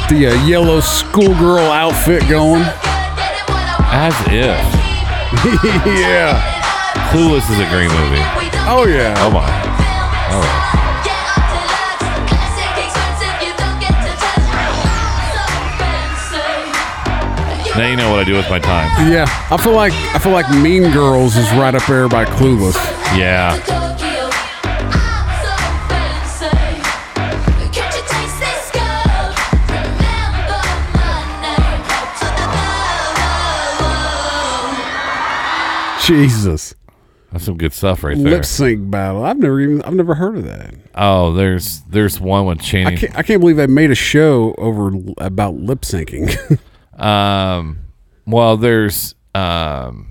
Speaker 2: The uh, yellow schoolgirl outfit going.
Speaker 3: As if
Speaker 2: yeah.
Speaker 3: Clueless is a great movie.
Speaker 2: Oh yeah.
Speaker 3: Oh my! Now you know what I do with my time.
Speaker 2: Yeah. I feel like I feel like Mean Girls is right up there by Clueless.
Speaker 3: Yeah.
Speaker 2: Jesus.
Speaker 3: That's some good stuff right there.
Speaker 2: Lip sync battle. I've never even I've never heard of that.
Speaker 3: Oh, there's there's one with
Speaker 2: I
Speaker 3: Channing.
Speaker 2: can't I can't believe I made a show over l- about lip syncing.
Speaker 3: Um, well, there's um,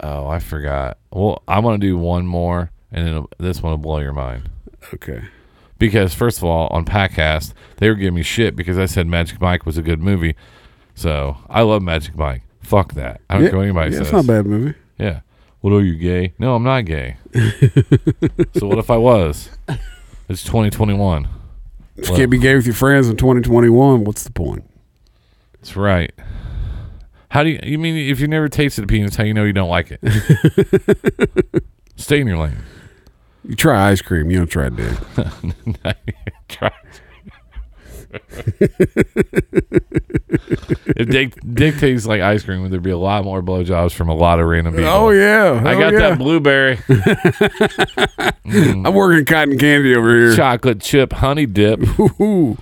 Speaker 3: oh, I forgot. Well, I want to do one more, and then it'll- this one will blow your mind.
Speaker 2: okay.
Speaker 3: Because first of all, on Packcast, they were giving me shit because I said Magic Mike was a good movie. So I love Magic Mike. Fuck that. I don't
Speaker 2: Yeah,
Speaker 3: care what anybody
Speaker 2: yeah,
Speaker 3: says.
Speaker 2: It's not a bad movie.
Speaker 3: Yeah. What are you gay? No, I'm not gay. so what if I was? It's 2021.
Speaker 2: If you can't be gay with your friends in 2021, what's the point?
Speaker 3: That's right. How do you? You mean if you never tasted a penis, how you know you don't like it? Stay in your lane.
Speaker 2: You try ice cream, you don't try dick.
Speaker 3: Try- if dick, dick tastes like ice cream, would there be a lot more blowjobs from a lot of random people?
Speaker 2: Oh yeah,
Speaker 3: I
Speaker 2: Hell
Speaker 3: got
Speaker 2: yeah.
Speaker 3: that blueberry
Speaker 2: I'm working cotton candy over here.
Speaker 3: chocolate chip honey dip.
Speaker 2: Ooh.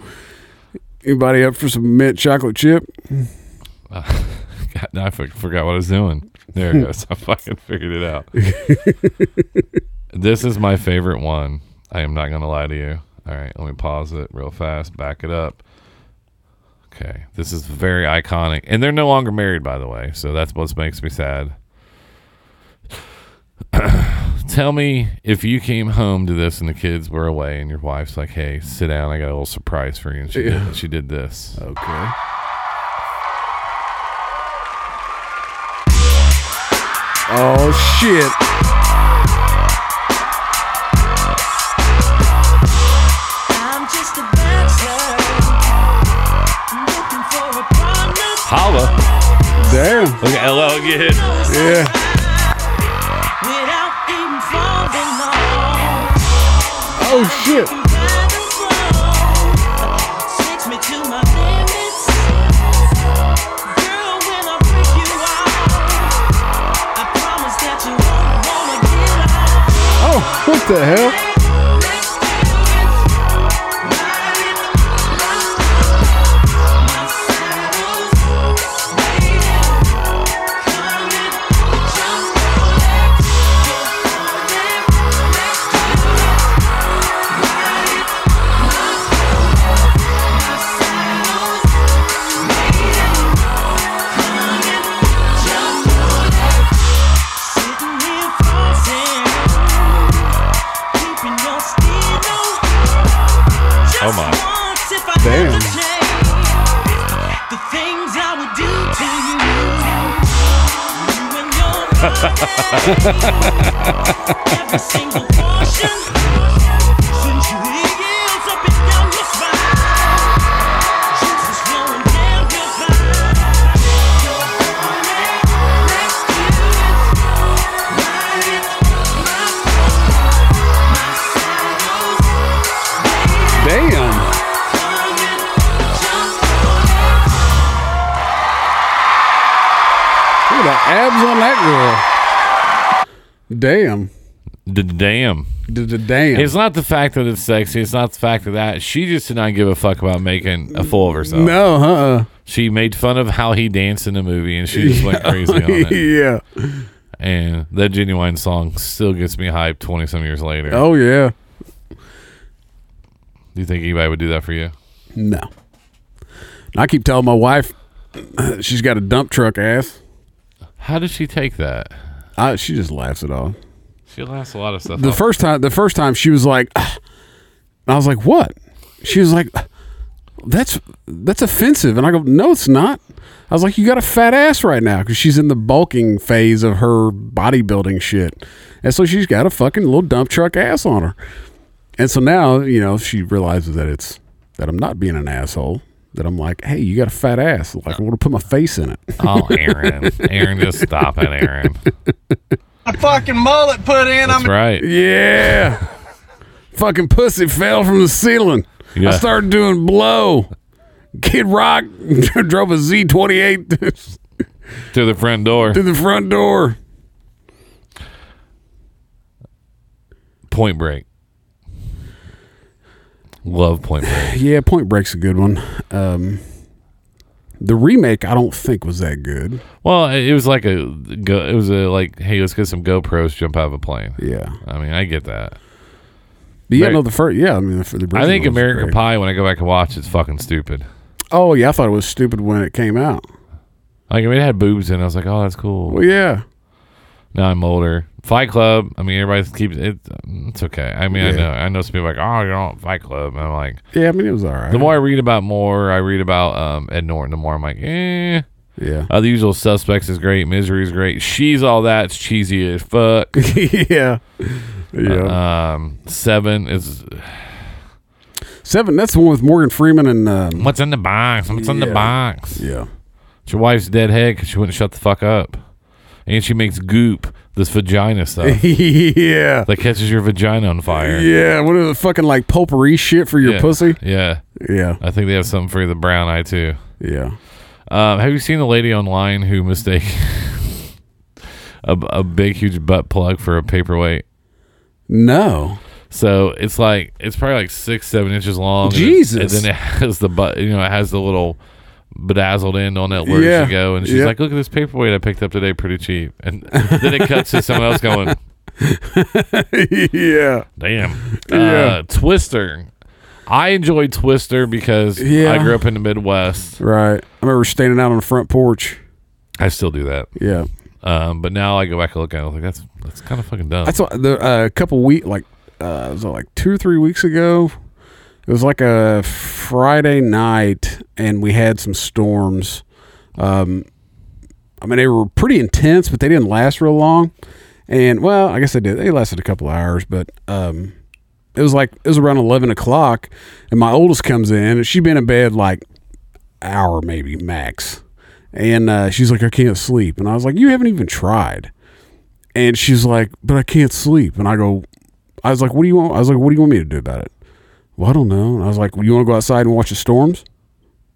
Speaker 2: Anybody up for some mint chocolate chip?
Speaker 3: God, I fuck- forgot what I was doing. There it goes. I fucking figured it out. this is my favorite one. I am not going to lie to you. All right, let me pause it real fast, back it up. Okay, this is very iconic. And they're no longer married, by the way, so that's what makes me sad. Tell me if you came home to this and the kids were away and your wife's like, hey, sit down. I got a little surprise for you. And she, did, she did this.
Speaker 2: Okay. Oh shit.
Speaker 6: I'm just a bachelor. Looking for a partner.
Speaker 3: Holla.
Speaker 2: Damn.
Speaker 3: Look at LL again.
Speaker 2: Yeah.
Speaker 6: Without even falling off.
Speaker 2: Oh shit.
Speaker 6: Takes me to my limits. Girl, when I break you off, I promise that you won't wanna get off.
Speaker 2: Oh, what the hell?
Speaker 6: Sitting here frozen, keeping your skin on.
Speaker 3: Oh,
Speaker 6: Just
Speaker 3: my.
Speaker 6: once if I
Speaker 2: Damn.
Speaker 6: ever change, the things I would do to you. You and your loving, every single portion. Since you heels up and down your spine, juice is flowing down your spine. You're running next to it, riding my my shadows.
Speaker 2: Damn. Look at the abs on that girl. Damn.
Speaker 3: D- damn.
Speaker 2: D- d- Damn.
Speaker 3: It's not the fact that it's sexy. It's not the fact of that. She just did not give a fuck about making a fool of herself.
Speaker 2: no, uh-uh. huh?
Speaker 3: She made fun of how he danced in the movie, and she just went crazy on it.
Speaker 2: yeah.
Speaker 3: And that genuine song still gets me hyped twenty some years later.
Speaker 2: Oh yeah.
Speaker 3: Do you think anybody would do that for you?
Speaker 2: No. I keep telling my wife she's got a dump truck ass.
Speaker 3: How did she take that?
Speaker 2: I, she just laughs it off.
Speaker 3: She laughs a lot of stuff.
Speaker 2: The
Speaker 3: off.
Speaker 2: first time, the first time she was like, "Ah." I was like, what? She was like, that's that's offensive, and I go, no, it's not. I was like, you got a fat ass right now because she's in the bulking phase of her bodybuilding shit, and so she's got a fucking little dump truck ass on her, and so now you know she realizes that it's that I'm not being an asshole. That I'm like, hey, you got a fat ass. Like I want to put my face in it.
Speaker 3: oh, Aaron, Aaron, just stop it, Aaron.
Speaker 1: A fucking mullet put in.
Speaker 3: That's
Speaker 1: I'm
Speaker 3: right.
Speaker 2: Yeah. Fucking pussy fell from the ceiling.
Speaker 3: Yeah.
Speaker 2: I started doing blow. Kid Rock drove a Z28
Speaker 3: To the front door.
Speaker 2: through the front door.
Speaker 3: Point Break. Love Point Break.
Speaker 2: Yeah, Point Break's a good one. Um, the remake, I don't think was that good.
Speaker 3: Well, it was like a, go- it was a like, hey, let's get some GoPros, jump out of a plane.
Speaker 2: Yeah,
Speaker 3: I mean, I get that.
Speaker 2: but yeah,
Speaker 3: Right.
Speaker 2: no, the first, yeah, I mean, the, the
Speaker 3: I
Speaker 2: original
Speaker 3: think
Speaker 2: was
Speaker 3: American
Speaker 2: great.
Speaker 3: Pie, when I go back and watch, it's fucking stupid.
Speaker 2: Oh yeah, I thought it was stupid when it came out.
Speaker 3: Like, I mean, it had boobs in it. I was like, oh, that's cool.
Speaker 2: Well, yeah,
Speaker 3: Now I'm older. Fight Club, I mean, everybody keeps it. It's okay. I mean, I
Speaker 2: Yeah.
Speaker 3: know I know some people are like, oh, you're on Fight Club. And I'm like,
Speaker 2: yeah, I mean, it was all right.
Speaker 3: the more I read about more, I read about um, Ed Norton, the more I'm like, eh.
Speaker 2: Yeah.
Speaker 3: Uh, the usual suspects is great. Misery is great. She's all that's cheesy as fuck.
Speaker 2: yeah. Yeah.
Speaker 3: Um, seven is
Speaker 2: Seven. That's the one with Morgan Freeman and. Um,
Speaker 3: what's in the box. What's in the
Speaker 2: Yeah.
Speaker 3: box?
Speaker 2: yeah.
Speaker 3: It's your wife's dead head because she wouldn't shut the fuck up, and she makes goop this vagina stuff
Speaker 2: yeah.
Speaker 3: that catches your vagina on fire.
Speaker 2: Yeah. What are the fucking like potpourri shit for your
Speaker 3: Yeah.
Speaker 2: pussy?
Speaker 3: Yeah,
Speaker 2: Yeah.
Speaker 3: I think they have something for the brown eye too.
Speaker 2: Yeah.
Speaker 3: Um, have you seen the lady online who mistake a, a big huge butt plug for a paperweight?
Speaker 2: No.
Speaker 3: So it's like it's probably like six seven inches long. and it-
Speaker 2: Jesus.
Speaker 3: and then it has the butt. You know, it has the little bedazzled end on it where you
Speaker 2: Yeah.
Speaker 3: should go. And she's
Speaker 2: Yep.
Speaker 3: like, "Look at this paperweight I picked up today, pretty cheap." And then it cuts to someone else going,
Speaker 2: yeah.
Speaker 3: Damn.
Speaker 2: Yeah.
Speaker 3: Uh, Twister. I enjoy Twister because
Speaker 2: Yeah.
Speaker 3: I grew up in the Midwest.
Speaker 2: Right. I remember standing out on the front porch.
Speaker 3: I still do that.
Speaker 2: Yeah.
Speaker 3: Um, but now I go back and look at it. I'm like, that's that's kind of fucking dumb.
Speaker 2: That's what the uh, a couple week like uh, was it like two or three weeks ago. It was like a Friday night, and we had some storms. Um, I mean, they were pretty intense, but they didn't last real long. And well, I guess they did. They lasted a couple hours, but um, it was like it was around eleven o'clock, and my oldest comes in, and she'd been in bed like hour maybe max, and uh, she's like, I can't sleep, and I was like, you haven't even tried. And she's like, "But I can't sleep." And I go, "I was like, what do you want?" I was like, "What do you want me to do about it?" Well, I don't know. And I was like, well, "You want to go outside and watch the storms?"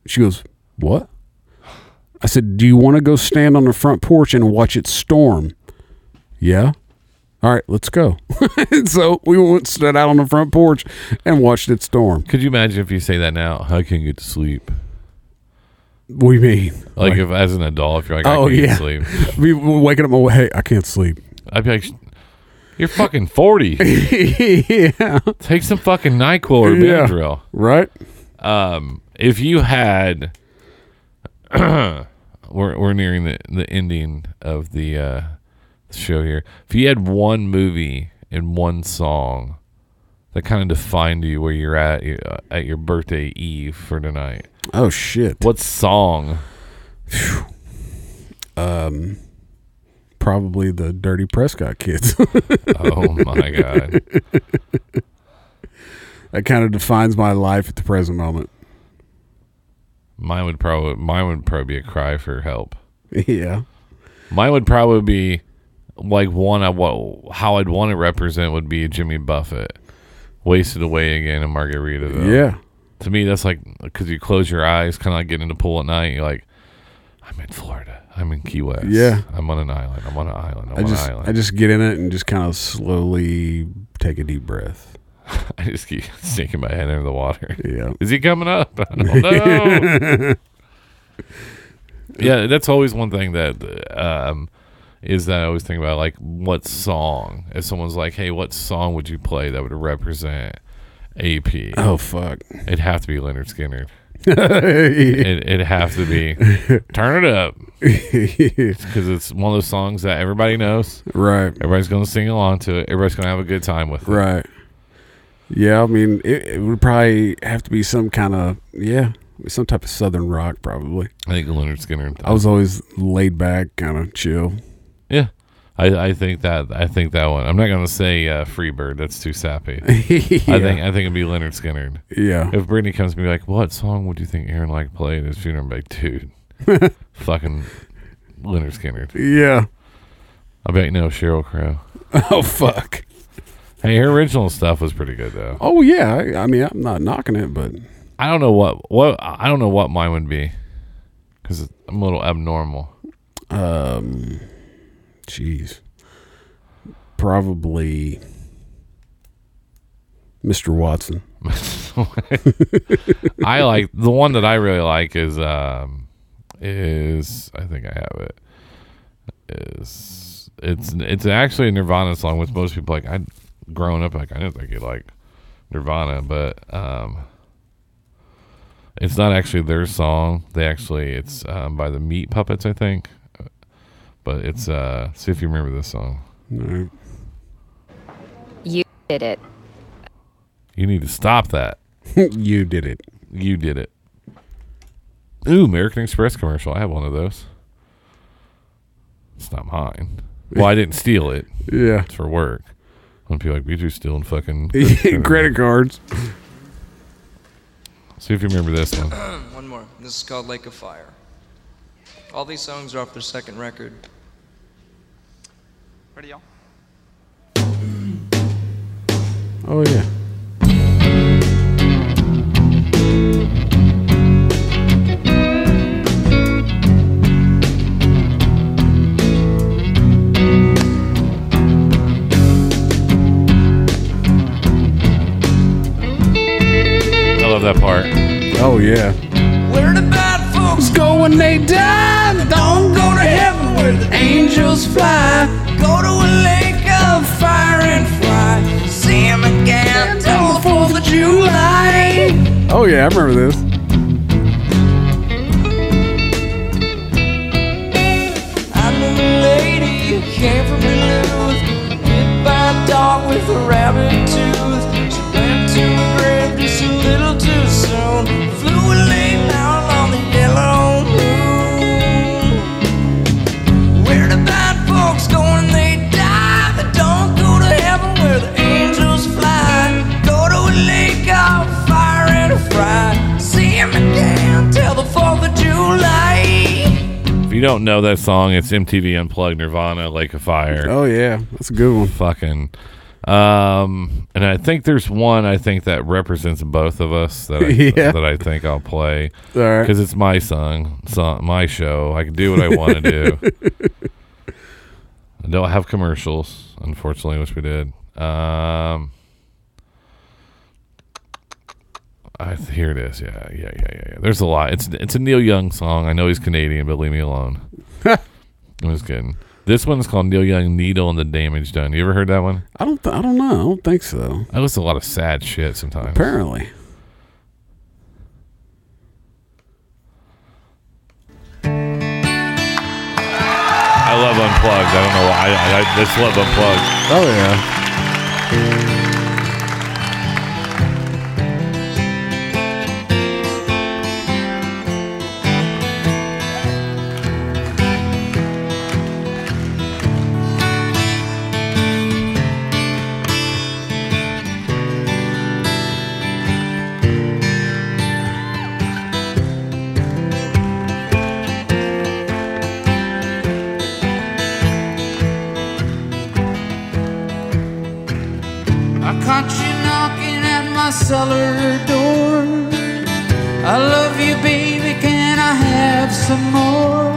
Speaker 2: She goes, "What?" I said, "Do you want to go stand on the front porch and watch it storm?" Yeah. All right, let's go. and so we went stood out on the front porch and watched it storm.
Speaker 3: Could you imagine if you say that now? I can't get to sleep.
Speaker 2: What do you mean?
Speaker 3: Like, if as an adult, if you're like, I
Speaker 2: oh
Speaker 3: can't
Speaker 2: yeah,
Speaker 3: get to sleep.
Speaker 2: we were waking up. My, hey, I can't sleep.
Speaker 3: I'd be like, "Sh- you're fucking 40.
Speaker 2: yeah.
Speaker 3: Take some fucking NyQuil or
Speaker 2: Yeah.
Speaker 3: Benadryl.
Speaker 2: Right.
Speaker 3: Um, if you had, we're, we're nearing the, the ending of the uh, show here. If you had one movie and one song that kind of defined you where you're at you- uh, at your birthday eve for tonight,
Speaker 2: Oh shit.
Speaker 3: what song?
Speaker 2: probably the Dirty Prescott kids.
Speaker 3: Oh my god!
Speaker 2: that kind of defines my life at the present moment.
Speaker 3: Mine would probably mine would probably be a cry for help.
Speaker 2: Yeah.
Speaker 3: Mine would probably be like one I what how I'd want to represent would be Jimmy Buffett, wasted away again in Margaritaville.
Speaker 2: Yeah.
Speaker 3: to me that's like because you close your eyes kind of like getting in the pool at night you're like i'm in florida i'm in key west
Speaker 2: Yeah.
Speaker 3: i'm on an island i'm on an island i'm
Speaker 2: I
Speaker 3: on
Speaker 2: just
Speaker 3: an island
Speaker 2: I just get in it and just kind of slowly take a deep breath.
Speaker 3: I just keep sneaking my head under the water
Speaker 2: Yeah.
Speaker 3: is he coming up i don't know yeah that's always one thing that um is that i always think about like what song if someone's like hey what song would you play that would represent ap
Speaker 2: Oh fuck.
Speaker 3: it'd have to be leonard skinner
Speaker 2: yeah.
Speaker 3: it, it'd have to be turn it up because it's one of those songs that everybody knows.
Speaker 2: right.
Speaker 3: Everybody's going to sing along to it. Everybody's going to have a good time with it.
Speaker 2: Right. Yeah, I mean it, it would probably have to be some kind of yeah, some type of southern rock probably.
Speaker 3: I think Leonard Skinner.
Speaker 2: I was always laid back, kind of chill.
Speaker 3: yeah, I, I think that I think that one. I'm not going to say uh, Freebird. That's too sappy.
Speaker 2: yeah.
Speaker 3: I think I think it'd be Leonard Skinner.
Speaker 2: yeah.
Speaker 3: If Brittany comes to me like, what song would you think Aaron like play at his funeral? I'm like, dude, fucking Leonard Skinner.
Speaker 2: Yeah.
Speaker 3: I bet no Cheryl Crow.
Speaker 2: Oh fuck.
Speaker 3: Hey, her original stuff was pretty good though.
Speaker 2: Oh yeah. I, I mean I'm not knocking it, but
Speaker 3: I don't know what what I don't know what mine would be because I'm a little abnormal.
Speaker 2: Um, jeez, probably Mr. Watson.
Speaker 3: I like the one that I really like is um is I think I have it is it's it's actually a Nirvana song which most people like I growing up like I didn't think you like Nirvana but um it's not actually their song they actually it's um, by the Meat Puppets I think but it's uh see if you remember this song
Speaker 2: No.
Speaker 8: You did it.
Speaker 3: you need to stop that
Speaker 2: you did it.
Speaker 3: you did it ooh American Express commercial I have one of those It's not mine. Well, I didn't steal it.
Speaker 2: Yeah.
Speaker 3: It's for work. When people are like, Beatrice stealing fucking
Speaker 2: Credit cards.
Speaker 3: See if you remember this one.
Speaker 9: One more. This is called Lake of Fire. All these songs are off their second record.
Speaker 10: Ready, y'all?
Speaker 2: Oh yeah.
Speaker 3: I love that part.
Speaker 2: Oh yeah.
Speaker 6: Where the bad folks go when they die. They don't go to heaven where the angels fly. Go to a lake of fire and fry. See 'em again till the 4th of July.
Speaker 2: Oh yeah. I remember this.
Speaker 6: I knew a lady who came from Duluth, bit by a dog with a rabbit tooth. She went to the grave just a little too soon, flew a late out on the yellow moon. Where the bad folks go when they die, they don't go to heaven where the angels fly. Go to a lake of fire and fry, see 'em again till the 4th of July.
Speaker 3: If you don't know that song, it's MTV Unplugged Nirvana, Lake of Fire.
Speaker 2: Oh yeah. That's a good one.
Speaker 3: Fucking. Um, and I think there's one I think that represents both of us that I,
Speaker 2: Yeah.
Speaker 3: that I think I'll play.
Speaker 2: All right.
Speaker 3: because it's my song, song, my show. I can do what I want to do. I don't have commercials, unfortunately, which we did. Um, I here it is. Yeah, yeah, yeah, yeah. yeah. There's a lot. It's it's a Neil Young song. I know he's Canadian, but leave me alone. I'm just kidding. This one's called Neil Young "Needle and the Damage Done." You ever heard that one?
Speaker 2: I don't. Th- I don't know. I don't think so.
Speaker 3: I listen to a lot of sad shit sometimes.
Speaker 2: Apparently.
Speaker 3: I love Unplugged. I don't know why. I, I, I just love Unplugged.
Speaker 2: Oh yeah.
Speaker 6: I caught you knocking at my cellar door. I love you, baby. Can I have some more?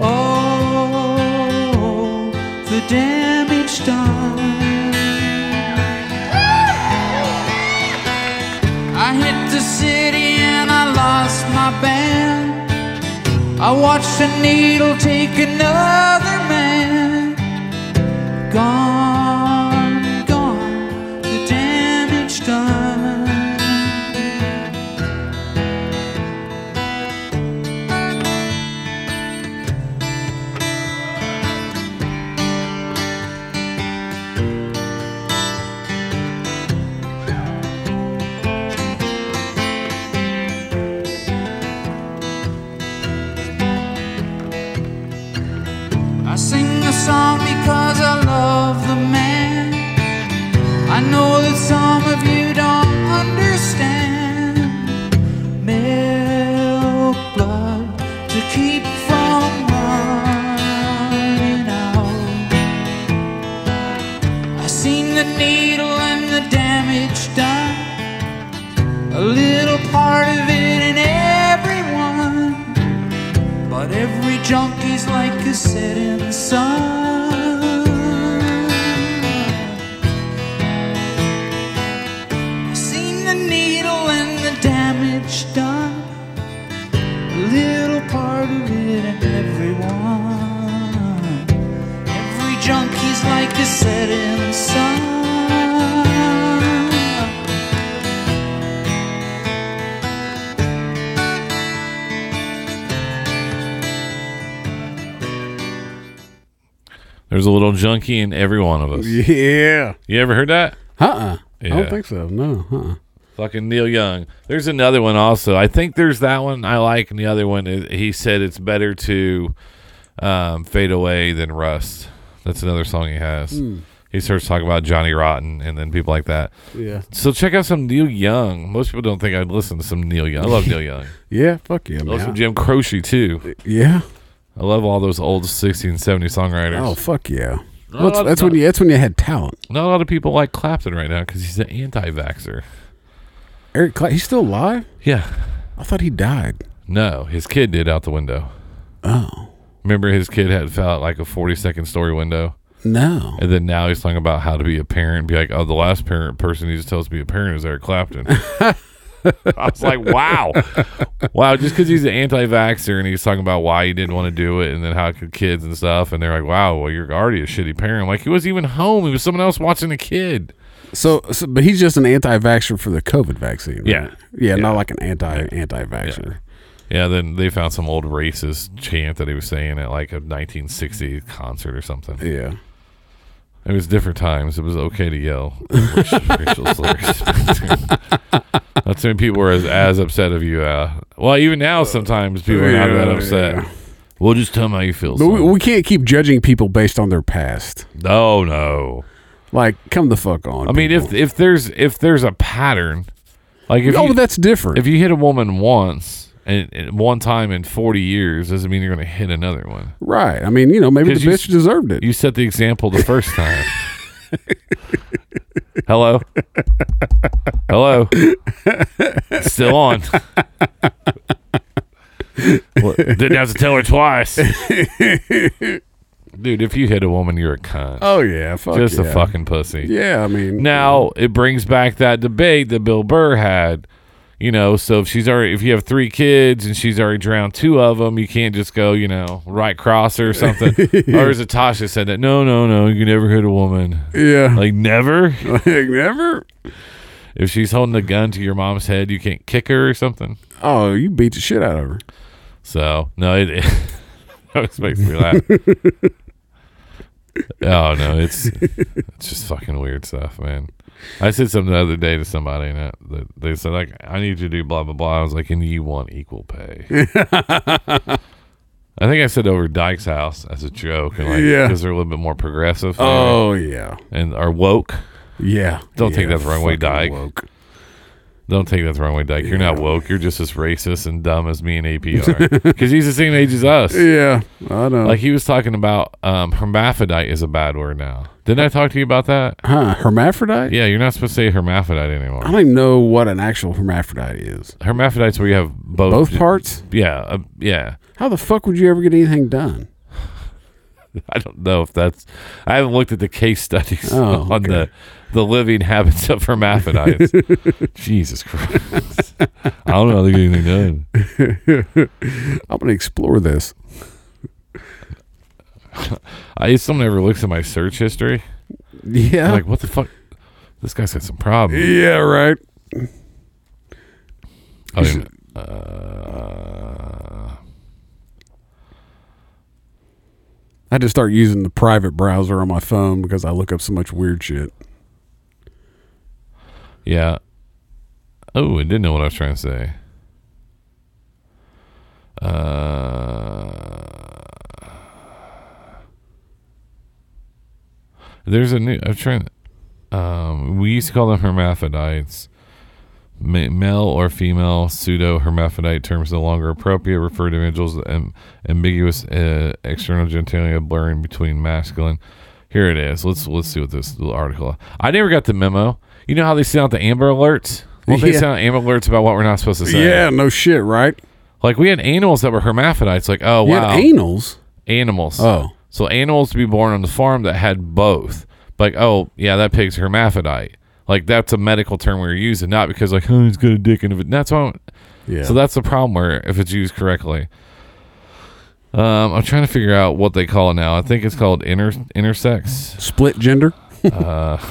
Speaker 6: Oh, the damage done. I hit the city and I lost my band. I watched a needle take another man gone, gone, the damage done. I sing the song because I love the man. I know that some of you don't understand. Milk blood to keep from running out. I seen the needle and the damage done. A little part of it in everyone. But every junkie's like a setting sun. I seen the needle and the damage done. A little part of it in everyone. Every junkie's like a setting sun.
Speaker 3: There's a little junkie in every one of us.
Speaker 2: Yeah.
Speaker 3: You ever heard that?
Speaker 2: Uh. uh I
Speaker 3: Yeah.
Speaker 2: don't think so. No. Uh. uh
Speaker 3: Fucking Neil Young. There's another one also. I think there's that one I like, and the other one is, he said it's better to um, "Fade Away" than "Rust." That's another song he has.
Speaker 2: Hmm.
Speaker 3: He starts talking about Johnny Rotten and then people like that.
Speaker 2: Yeah.
Speaker 3: So check out some Neil Young. Most people don't think I'd listen to some Neil Young. I love Neil Young.
Speaker 2: Yeah. Fuck yeah,
Speaker 3: I love
Speaker 2: man.
Speaker 3: some Jim Croce too.
Speaker 2: yeah.
Speaker 3: I love all those old 60 and 70 songwriters.
Speaker 2: Oh fuck yeah.
Speaker 3: No,
Speaker 2: that's,
Speaker 3: that's
Speaker 2: that's when
Speaker 3: not-
Speaker 2: you. That's when you had talent.
Speaker 3: Not a lot of people like Clapton right now because he's an anti-vaxxer.
Speaker 2: Eric, Clapton, he's still alive.
Speaker 3: Yeah.
Speaker 2: I thought he died.
Speaker 3: No, his kid did out the window.
Speaker 2: Oh
Speaker 3: Remember, his kid had fell out like a 40-second story window.
Speaker 2: no.
Speaker 3: And then now he's talking about how to be a parent. Be like, oh, the last parent person he just tells to be a parent is Eric Clapton. I was like, wow, wow. Just because he's an anti-vaxxer and he's talking about why he didn't want to do it, and then how it could kids and stuff, and they're like, wow, well, you're already a shitty parent. I'm like he wasn't even home; he was someone else watching the kid.
Speaker 2: So, so, but he's just an anti-vaxxer for the COVID vaccine. right?
Speaker 3: Yeah.
Speaker 2: Yeah, not like an anti anti-vaxxer.
Speaker 3: Yeah. Then they found some old racist chant that he was saying at like a 1960 concert or something.
Speaker 2: Yeah.
Speaker 3: It was different times. It was okay to yell racial racial slurs. That's when people were as, as upset of you. Uh, well, even now, sometimes people are not that
Speaker 2: Yeah,
Speaker 3: upset.
Speaker 2: yeah.
Speaker 3: Well, just tell me how you feel.
Speaker 2: But we,
Speaker 3: son.
Speaker 2: we can't keep judging people based on their past.
Speaker 3: no, no.
Speaker 2: Like, come the fuck on.
Speaker 3: I mean, if
Speaker 2: people.
Speaker 3: if there's if there's a pattern, like if
Speaker 2: oh,
Speaker 3: you,
Speaker 2: that's different.
Speaker 3: if you hit a woman once and, and one time in 40 years doesn't mean you're going to hit another one.
Speaker 2: right. I mean, you know, maybe the
Speaker 3: 'Cause you
Speaker 2: bitch
Speaker 3: s-
Speaker 2: deserved it.
Speaker 3: You set the example the first time. Hello? Hello? Still on. What? Didn't have to tell her twice. Dude, if you hit a woman, you're a cunt.
Speaker 2: oh yeah, fuck
Speaker 3: Just
Speaker 2: yeah.
Speaker 3: a fucking pussy.
Speaker 2: Yeah, I mean,
Speaker 3: Now it brings back that debate that Bill Burr had. You know, so if she's already, if you have three kids and she's already drowned two of them, you can't just go, you know, right cross her or something. or is it Tasha said that? No, no, no, you never hit a woman.
Speaker 2: yeah,
Speaker 3: Like never.
Speaker 2: like, never.
Speaker 3: If she's holding a gun to your mom's head, you can't kick her or something.
Speaker 2: Oh, you beat the shit out of her.
Speaker 3: So no, it, it always makes me laugh. oh no, it's it's just fucking weird stuff, man. I said something the other day to somebody, and I, that- they said like, "I need you to do blah blah blah." I was like, "And you want equal pay?" I think I said over Dyke's house as a joke, and like,
Speaker 2: Yeah.
Speaker 3: because they're a little bit more progressive,
Speaker 2: Oh yeah,
Speaker 3: and are woke.
Speaker 2: yeah.
Speaker 3: Don't take
Speaker 2: Yeah,
Speaker 3: that the wrong way,
Speaker 2: fucking
Speaker 3: Dyke.
Speaker 2: woke.
Speaker 3: Don't take that the wrong way, Dyke. You're not woke. You're just as racist and dumb as me and APR because he's the same age as us.
Speaker 2: Yeah, I know.
Speaker 3: Like he was talking about um, hermaphrodite is a bad word now. Didn't I talk to you about that?
Speaker 2: huh? Hermaphrodite.
Speaker 3: Yeah, you're not supposed to say hermaphrodite
Speaker 2: I
Speaker 3: anymore.
Speaker 2: don't even know what an actual hermaphrodite is.
Speaker 3: Hermaphrodite's where you have both.
Speaker 2: Both parts?
Speaker 3: Yeah, uh, yeah.
Speaker 2: How the fuck would you ever get anything done?
Speaker 3: I don't know if that's. I haven't looked at the case studies
Speaker 2: Oh,
Speaker 3: on
Speaker 2: okay.
Speaker 3: the the living habits of hermaphrodites. Jesus Christ! I don't know how they get anything done.
Speaker 2: I'm gonna explore this.
Speaker 3: I someone ever looks at my search history.
Speaker 2: Yeah.
Speaker 3: I'm like, what the fuck? This guy's got some problems.
Speaker 2: yeah. Right.
Speaker 3: I mean, uh,
Speaker 2: I had to start using the private browser on my phone because I look up so much weird shit.
Speaker 3: Yeah. Oh, I didn't know what I was trying to say. Uh, there's a new. I'm trying. Um, we used to call them hermaphrodites. Ma- Male or female pseudo hermaphrodite terms no longer appropriate. Refer to individuals with am- ambiguous uh, external genitalia blurring between masculine. Here it is. Let's let's see what this little article. I never got the memo. You know how they send out the Amber Alerts? Well, they
Speaker 2: Yeah.
Speaker 3: send out Amber Alerts about what we're not supposed to say.
Speaker 2: Yeah. No shit. Right.
Speaker 3: Like we had animals that were hermaphrodites. Like oh
Speaker 2: You had
Speaker 3: wow,
Speaker 2: anals.
Speaker 3: animals.
Speaker 2: Oh.
Speaker 3: So animals to be born on the farm that had both. Like, oh yeah, that pig's hermaphrodite. Like that's a medical term we were using, not because like, oh, he's got a dick in it. That's why.
Speaker 2: Yeah.
Speaker 3: So that's the problem where if it's used correctly. Um, I'm trying to figure out what they call it now. I think it's called inter intersex.
Speaker 2: split gender.
Speaker 3: It's not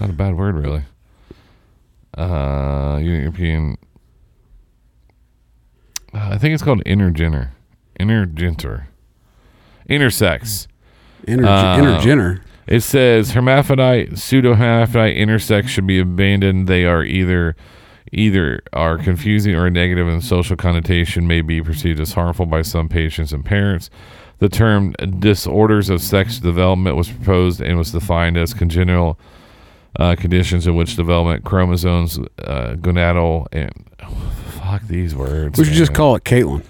Speaker 3: a bad word, really. Uh, European. Uh, I think it's called intergender. Intergender. Intersex.
Speaker 2: Inter,
Speaker 3: Uh,
Speaker 2: inter gender.
Speaker 3: It says hermaphrodite, pseudo hermaphrodite, intersex should be abandoned. They are either either are confusing or negative in social connotation may be perceived as harmful by some patients and parents. The term disorders of sex development was proposed and was defined as congenital uh, conditions in which development chromosomes, uh, gonadal, and fuck these words.
Speaker 2: We should just
Speaker 3: man.
Speaker 2: call it Caitlin.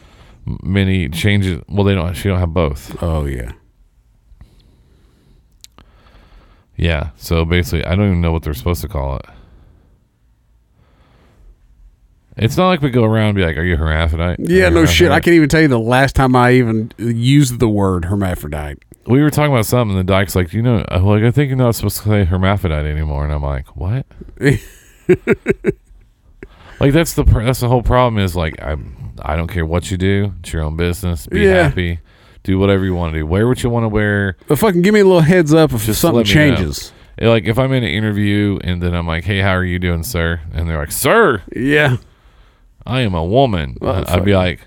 Speaker 3: many changes. Well, they don't. She don't have both.
Speaker 2: Oh yeah.
Speaker 3: Yeah. So basically, I don't even know what they're supposed to call it. It's not like we go around and be like, "Are you hermaphrodite?"
Speaker 2: Yeah,
Speaker 3: Are you
Speaker 2: no shit. I
Speaker 3: hermaphrodite?"
Speaker 2: can't even tell you the last time I even used the word hermaphrodite.
Speaker 3: We were talking about something, and the dyke's like, "You know, I'm like I think you're not supposed to say hermaphrodite anymore." And I'm like, "What?" like that's the pr- that's the whole problem is like I I don't care what you do. It's your own business. Be
Speaker 2: Yeah.
Speaker 3: happy. Do whatever you want to do. Wear what you want to wear.
Speaker 2: But fucking give me a little heads up if
Speaker 3: Just
Speaker 2: something
Speaker 3: let me know.
Speaker 2: changes.
Speaker 3: Yeah, Like if I'm in an interview and then I'm like, "Hey, how are you doing, sir?" And they're like, "Sir,
Speaker 2: Yeah.
Speaker 3: I am a woman."
Speaker 2: Well,
Speaker 3: I'd be like,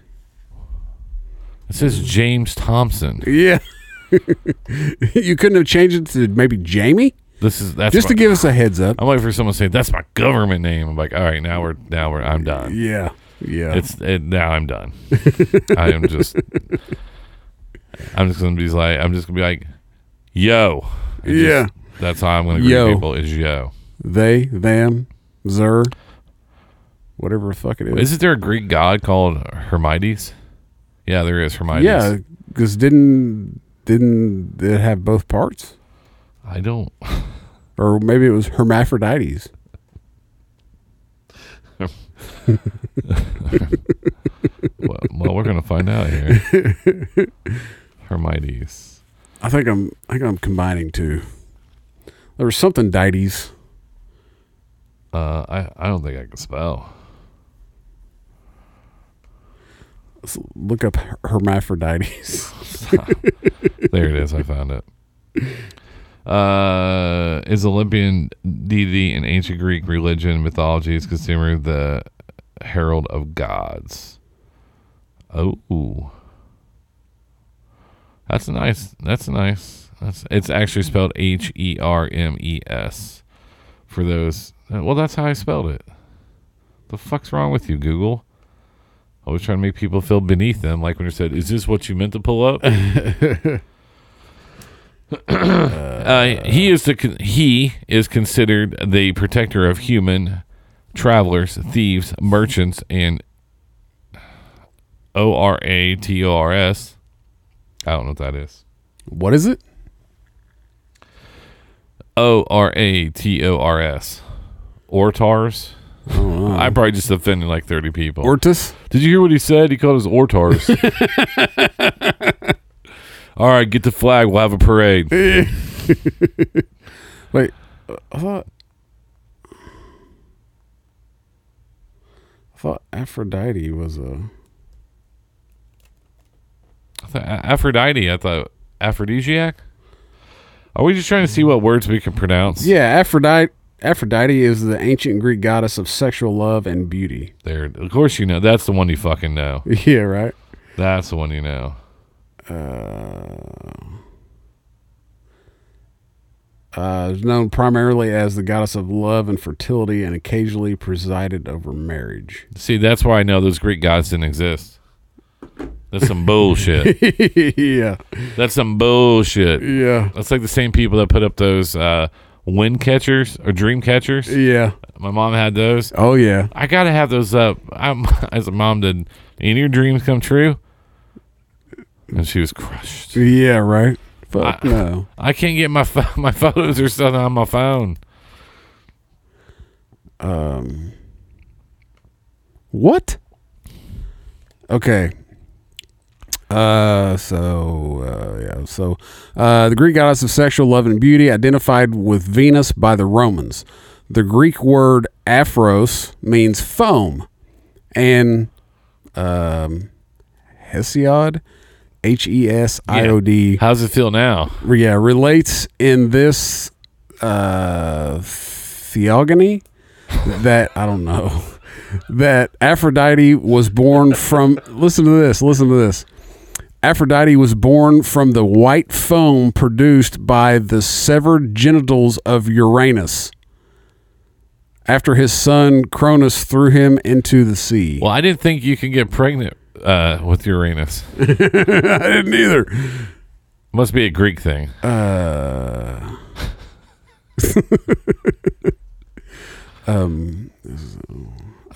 Speaker 3: "This is James Thompson.
Speaker 2: Yeah. you couldn't have changed it to maybe Jamie?
Speaker 3: This is that's
Speaker 2: Just to
Speaker 3: my-
Speaker 2: give us a heads up.
Speaker 3: I'm waiting for someone to say that's my government name. I'm like, all right, now we're now we're I'm done.
Speaker 2: Yeah. Yeah.
Speaker 3: It's it, now I'm done. I am just I'm just gonna be like I'm just gonna be like, yo, And just-
Speaker 2: Yeah.
Speaker 3: that's how I'm gonna greet
Speaker 2: Yo.
Speaker 3: people is yo.
Speaker 2: they, them, zer, whatever the fuck it is.
Speaker 3: Isn't there a Greek god called Hermides? Yeah, there is Hermides.
Speaker 2: yeah, because didn't didn't it have both parts?
Speaker 3: I don't.
Speaker 2: Or maybe it was hermaphrodites.
Speaker 3: Well, well, we're gonna find out here. Hermides.
Speaker 2: I think I'm I think I'm combining two. There was something dites.
Speaker 3: Uh, I I don't think I can spell.
Speaker 2: Let's look up her- hermaphrodites.
Speaker 3: There it is. I found it. Uh, is Olympian deity in ancient Greek religion and mythology is considered the herald of gods? Oh, ooh. that's nice. That's nice. That's it's actually spelled H E R M E S for those. uh, Well, that's how I spelled it. The fuck's wrong with you, Google? Always trying to make people feel beneath them. Like when you said, "Is this what you meant to pull up?" Uh, he is the con- he is considered the protector of human travelers, thieves, merchants, and O R A T O R S. I don't know what that is.
Speaker 2: what is it?
Speaker 3: O R A T O R S. Ortars. I probably just offended like thirty people.
Speaker 2: Ortus?
Speaker 3: Did you hear what he said? He called us ortars. All right, get the flag. We'll have a parade.
Speaker 2: Wait, uh, I thought I thought Aphrodite was a
Speaker 3: I thought- A- Aphrodite. I thought aphrodisiac. Are we just trying to see what words we can pronounce?
Speaker 2: yeah Aphrodite. Aphrodite is the ancient Greek goddess of sexual love and beauty.
Speaker 3: There. Of course you know. That's the one you fucking know.
Speaker 2: Yeah, right.
Speaker 3: That's the one you know.
Speaker 2: Uh, is known primarily as the goddess of love and fertility, and occasionally presided over marriage.
Speaker 3: See, that's why I know those Greek gods didn't exist. That's some bullshit.
Speaker 2: yeah,
Speaker 3: That's some bullshit.
Speaker 2: yeah,
Speaker 3: That's like the same people that put up those uh, wind catchers or dream catchers.
Speaker 2: yeah.
Speaker 3: My mom had those.
Speaker 2: Oh yeah.
Speaker 3: I gotta have those up. I'm as a mom. Did any of your dreams come true? And she was crushed.
Speaker 2: Yeah, right. Fuck
Speaker 3: I-
Speaker 2: no.
Speaker 3: I can't get my pho- my photos or something on my phone.
Speaker 2: What? Okay. Uh, so uh, yeah, so uh, the Greek goddess of sexual love and beauty, identified with Venus by the Romans. The Greek word "aphros" means foam, and um, Hesiod, H E S I O D,
Speaker 3: How's it feel now?
Speaker 2: yeah, relates in this uh, theogony that I don't know that Aphrodite was born from. listen to this. Listen to this. Aphrodite was born from the white foam produced by the severed genitals of Uranus. after his son Cronus threw him into the sea.
Speaker 3: Well, I didn't think you could get pregnant uh, with Uranus.
Speaker 2: I didn't either.
Speaker 3: Must be a Greek thing.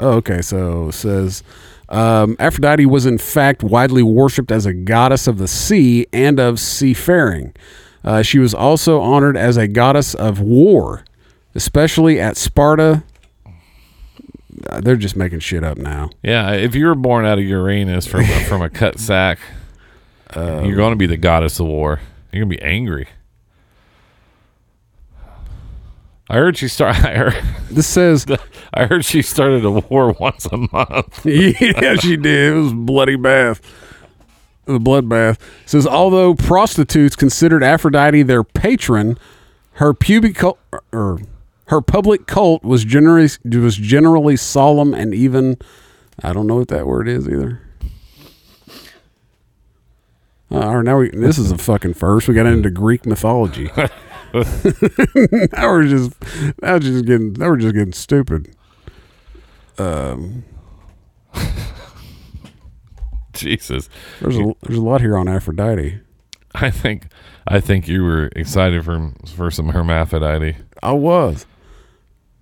Speaker 2: Oh, okay, so it says um, Aphrodite was in fact widely worshipped as a goddess of the sea and of seafaring. Uh, she was also honored as a goddess of war, especially at Sparta. Uh, They're just making shit up now.
Speaker 3: Yeah, if you were born out of Uranus from from a cut sack, you're going to be the goddess of war. You're going to be angry. I heard she start. I heard,
Speaker 2: This says,
Speaker 3: I heard she started a war once a month.
Speaker 2: yeah, she did. It was a bloody bath. The bloodbath It says, although prostitutes considered Aphrodite their patron, her pubic cult or her public cult was generally was generally solemn and even I don't know what that word is either. Uh, all right, now we this is a fucking first. We got into Greek mythology. now we're just now we're just getting now we're just getting stupid.
Speaker 3: Jesus,
Speaker 2: There's a there's a lot here on Aphrodite.
Speaker 3: I think I think you were excited for for some hermaphrodite.
Speaker 2: I was.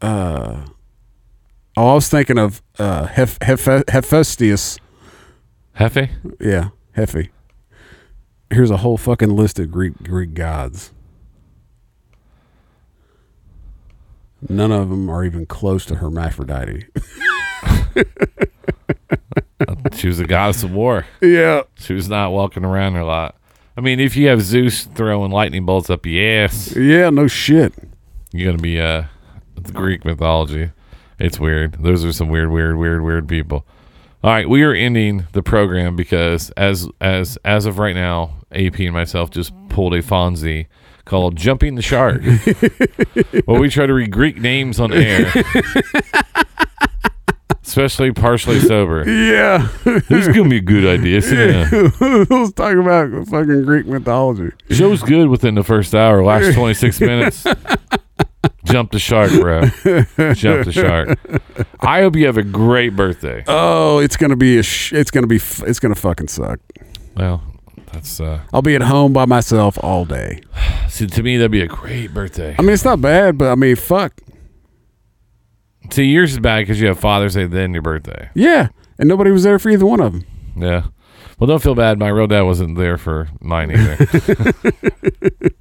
Speaker 2: Uh, oh, I was thinking of uh, Hep- Hep- Hephaestus.
Speaker 3: Hefe,
Speaker 2: Yeah, Hefe. Here's a whole fucking list of Greek Greek gods. None of them are even close to Hermaphrodite.
Speaker 3: she was a goddess of war.
Speaker 2: yeah,
Speaker 3: She was not walking around a lot. I mean, if you have Zeus throwing lightning bolts up your ass,
Speaker 2: yeah, no shit.
Speaker 3: you're gonna be uh it's Greek mythology. It's weird. Those are some weird, weird, weird, weird people. All right, we are ending the program because as as as of right now, AP and myself just pulled a Fonzie called "Jumping the Shark," where we try to read Greek names on air, especially partially sober.
Speaker 2: Yeah,
Speaker 3: This is gonna be a good idea. isn't it?
Speaker 2: let's talk about fucking Greek mythology.
Speaker 3: Show's good within the first hour. Last 26 minutes. Jump the shark, bro. Jump the shark. I hope you have a great birthday.
Speaker 2: Oh, it's gonna be a sh- it's gonna be f- it's gonna fucking suck.
Speaker 3: Well, that's uh
Speaker 2: I'll be at home by myself all day.
Speaker 3: see to me that'd be a great birthday.
Speaker 2: I mean, it's not bad, but I mean, fuck.
Speaker 3: See, yours is bad because you have Father's Day then your birthday.
Speaker 2: Yeah, and nobody was there for either one of them.
Speaker 3: Yeah. Well, don't feel bad. My real dad wasn't there for mine either.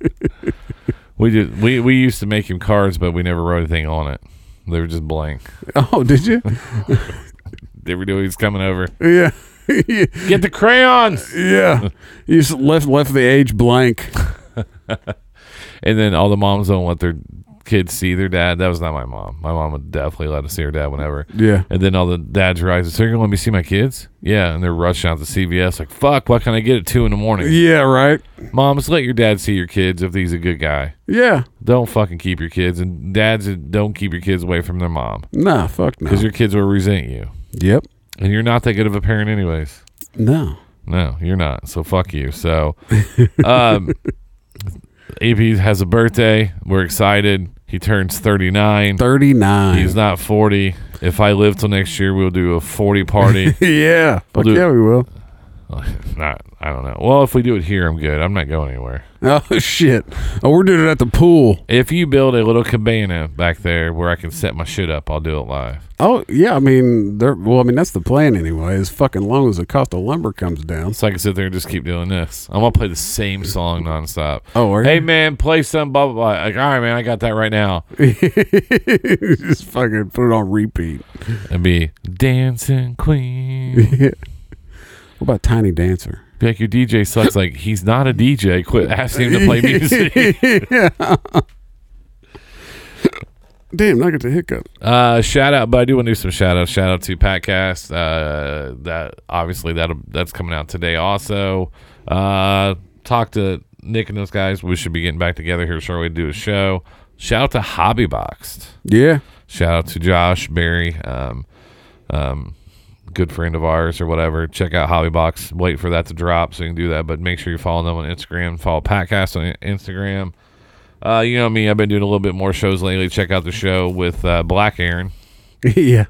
Speaker 3: we did. We we used to make him cards, but we never wrote anything on it. They were just blank.
Speaker 2: Oh, did you?
Speaker 3: Every day he was coming over.
Speaker 2: yeah.
Speaker 3: Get the crayons.
Speaker 2: yeah. You just left left the age blank.
Speaker 3: And then all the moms don't let their kids see their dad. That was not my mom. My mom would definitely let us see her dad whenever.
Speaker 2: Yeah.
Speaker 3: And then all the dads rise. So you're gonna let me see my kids? Yeah. And they're rushing out to CVS. Like fuck. Why can't I get at two in the morning?
Speaker 2: Yeah, right.
Speaker 3: Moms, let your dad see your kids if he's a good guy.
Speaker 2: Yeah.
Speaker 3: Don't fucking keep your kids. And dads don't keep your kids away from their mom
Speaker 2: Nah, fuck no.
Speaker 3: because your kids will resent you.
Speaker 2: Yep.
Speaker 3: And you're not that good of a parent, anyways.
Speaker 2: No.
Speaker 3: No, you're not. So fuck you. So, um, AP has a birthday. We're excited. He turns 39.
Speaker 2: 39.
Speaker 3: He's not 40. If I live till next year, we'll do a 40 party.
Speaker 2: yeah. Fuck
Speaker 3: do it.
Speaker 2: yeah, we will.
Speaker 3: not, I don't know. Well, if we do it here, I'm good. I'm not going anywhere.
Speaker 2: Oh, shit. Oh, we're doing it at the pool.
Speaker 3: If you build a little cabana back there where I can set my shit up, I'll do it live.
Speaker 2: Oh, yeah. I mean, they're, well, I mean, that's the plan anyway. As fucking long as the cost of lumber comes down.
Speaker 3: So I can sit there and just keep doing this. I'm gonna play the same song nonstop.
Speaker 2: Oh, are you?
Speaker 3: hey man, play some blah blah blah. Like, all right, man, I got that right now.
Speaker 2: just fucking put it on repeat.
Speaker 3: And be dancing queen.
Speaker 2: Yeah. What about Tiny Dancer?
Speaker 3: Be like your DJ sucks. Like he's not a DJ. Quit asking him to play music.
Speaker 2: Damn, I got the hiccup.
Speaker 3: uh, shout out, but I do want to do some shout outs. Shout out to Patcast. Uh, that obviously that that's coming out today. Also, uh, talk to Nick and those guys. We should be getting back together here shortly to do a show. Shout out to Hobby Boxed.
Speaker 2: Yeah.
Speaker 3: shout out to Josh Barry, um, um, good friend of ours or whatever. Check out Hobby Box. Wait for that to drop so you can do that. But make sure you follow them on Instagram. Follow Patcast on Instagram. Uh, you know me, I've been doing a little bit more shows lately. Check out the show with uh, Black Aaron,
Speaker 2: yeah.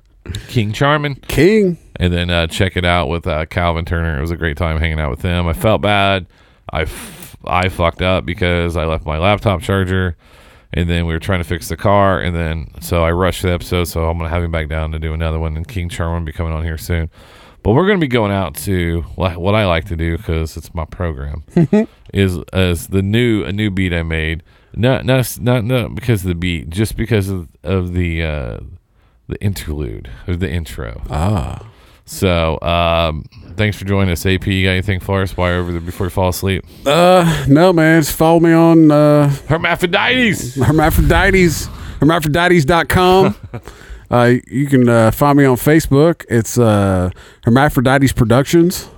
Speaker 3: King Charming,
Speaker 2: King.
Speaker 3: and then uh, check it out with uh, Calvin Turner. It was a great time hanging out with them. I felt bad. I, f- I fucked up because I left my laptop charger, and then we were trying to fix the car, and then so I rushed the episode. So I'm gonna have him back down to do another one, and King Charming will be coming on here soon. But we're gonna be going out to li- what I like to do because it's my program is is the new a new beat I made. Not not not not because of the beat, just because of of the uh, the interlude or the intro.
Speaker 2: Ah.
Speaker 3: So, um, thanks for joining us, AP. You got anything for us? Wire over there before you fall asleep.
Speaker 2: Uh, no, man. Just follow me on uh,
Speaker 3: Hermaphrodites.
Speaker 2: hermaphrodites, hermaphrodites.com. uh, you can uh, find me on Facebook. It's uh, Hermaphrodites Productions.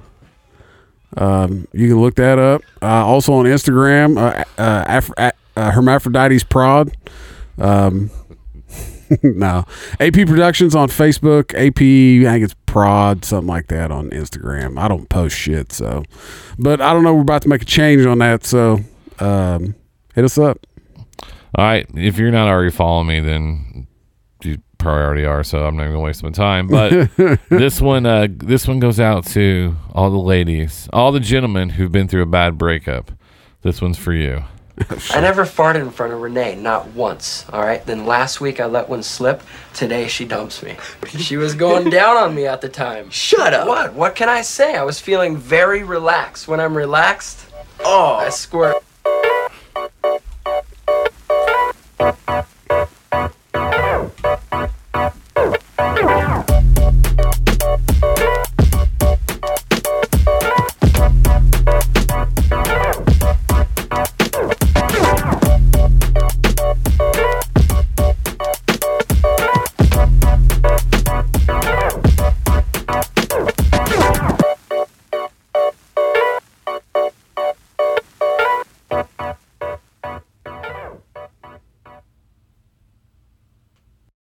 Speaker 2: Um, you can look that up. Uh, also on Instagram, uh, uh, Af- uh, Hermaphrodites Prod. Um, no, AP Productions on Facebook. AP, I think it's Prod, something like that on Instagram. I don't post shit, so. But I don't know. We're about to make a change on that, so um, hit us up.
Speaker 3: All right. If you're not already following me, then you probably already are. So I'm not even gonna waste my time. But this one, uh, this one goes out to all the ladies, all the gentlemen who've been through a bad breakup. This one's for you.
Speaker 9: I never farted in front of Renee, not once. All right. Then last week I let one slip. Today she dumps me. She was going down on me at the time. Shut up. What? What can I say? I was feeling very relaxed. When I'm relaxed, oh, I squirt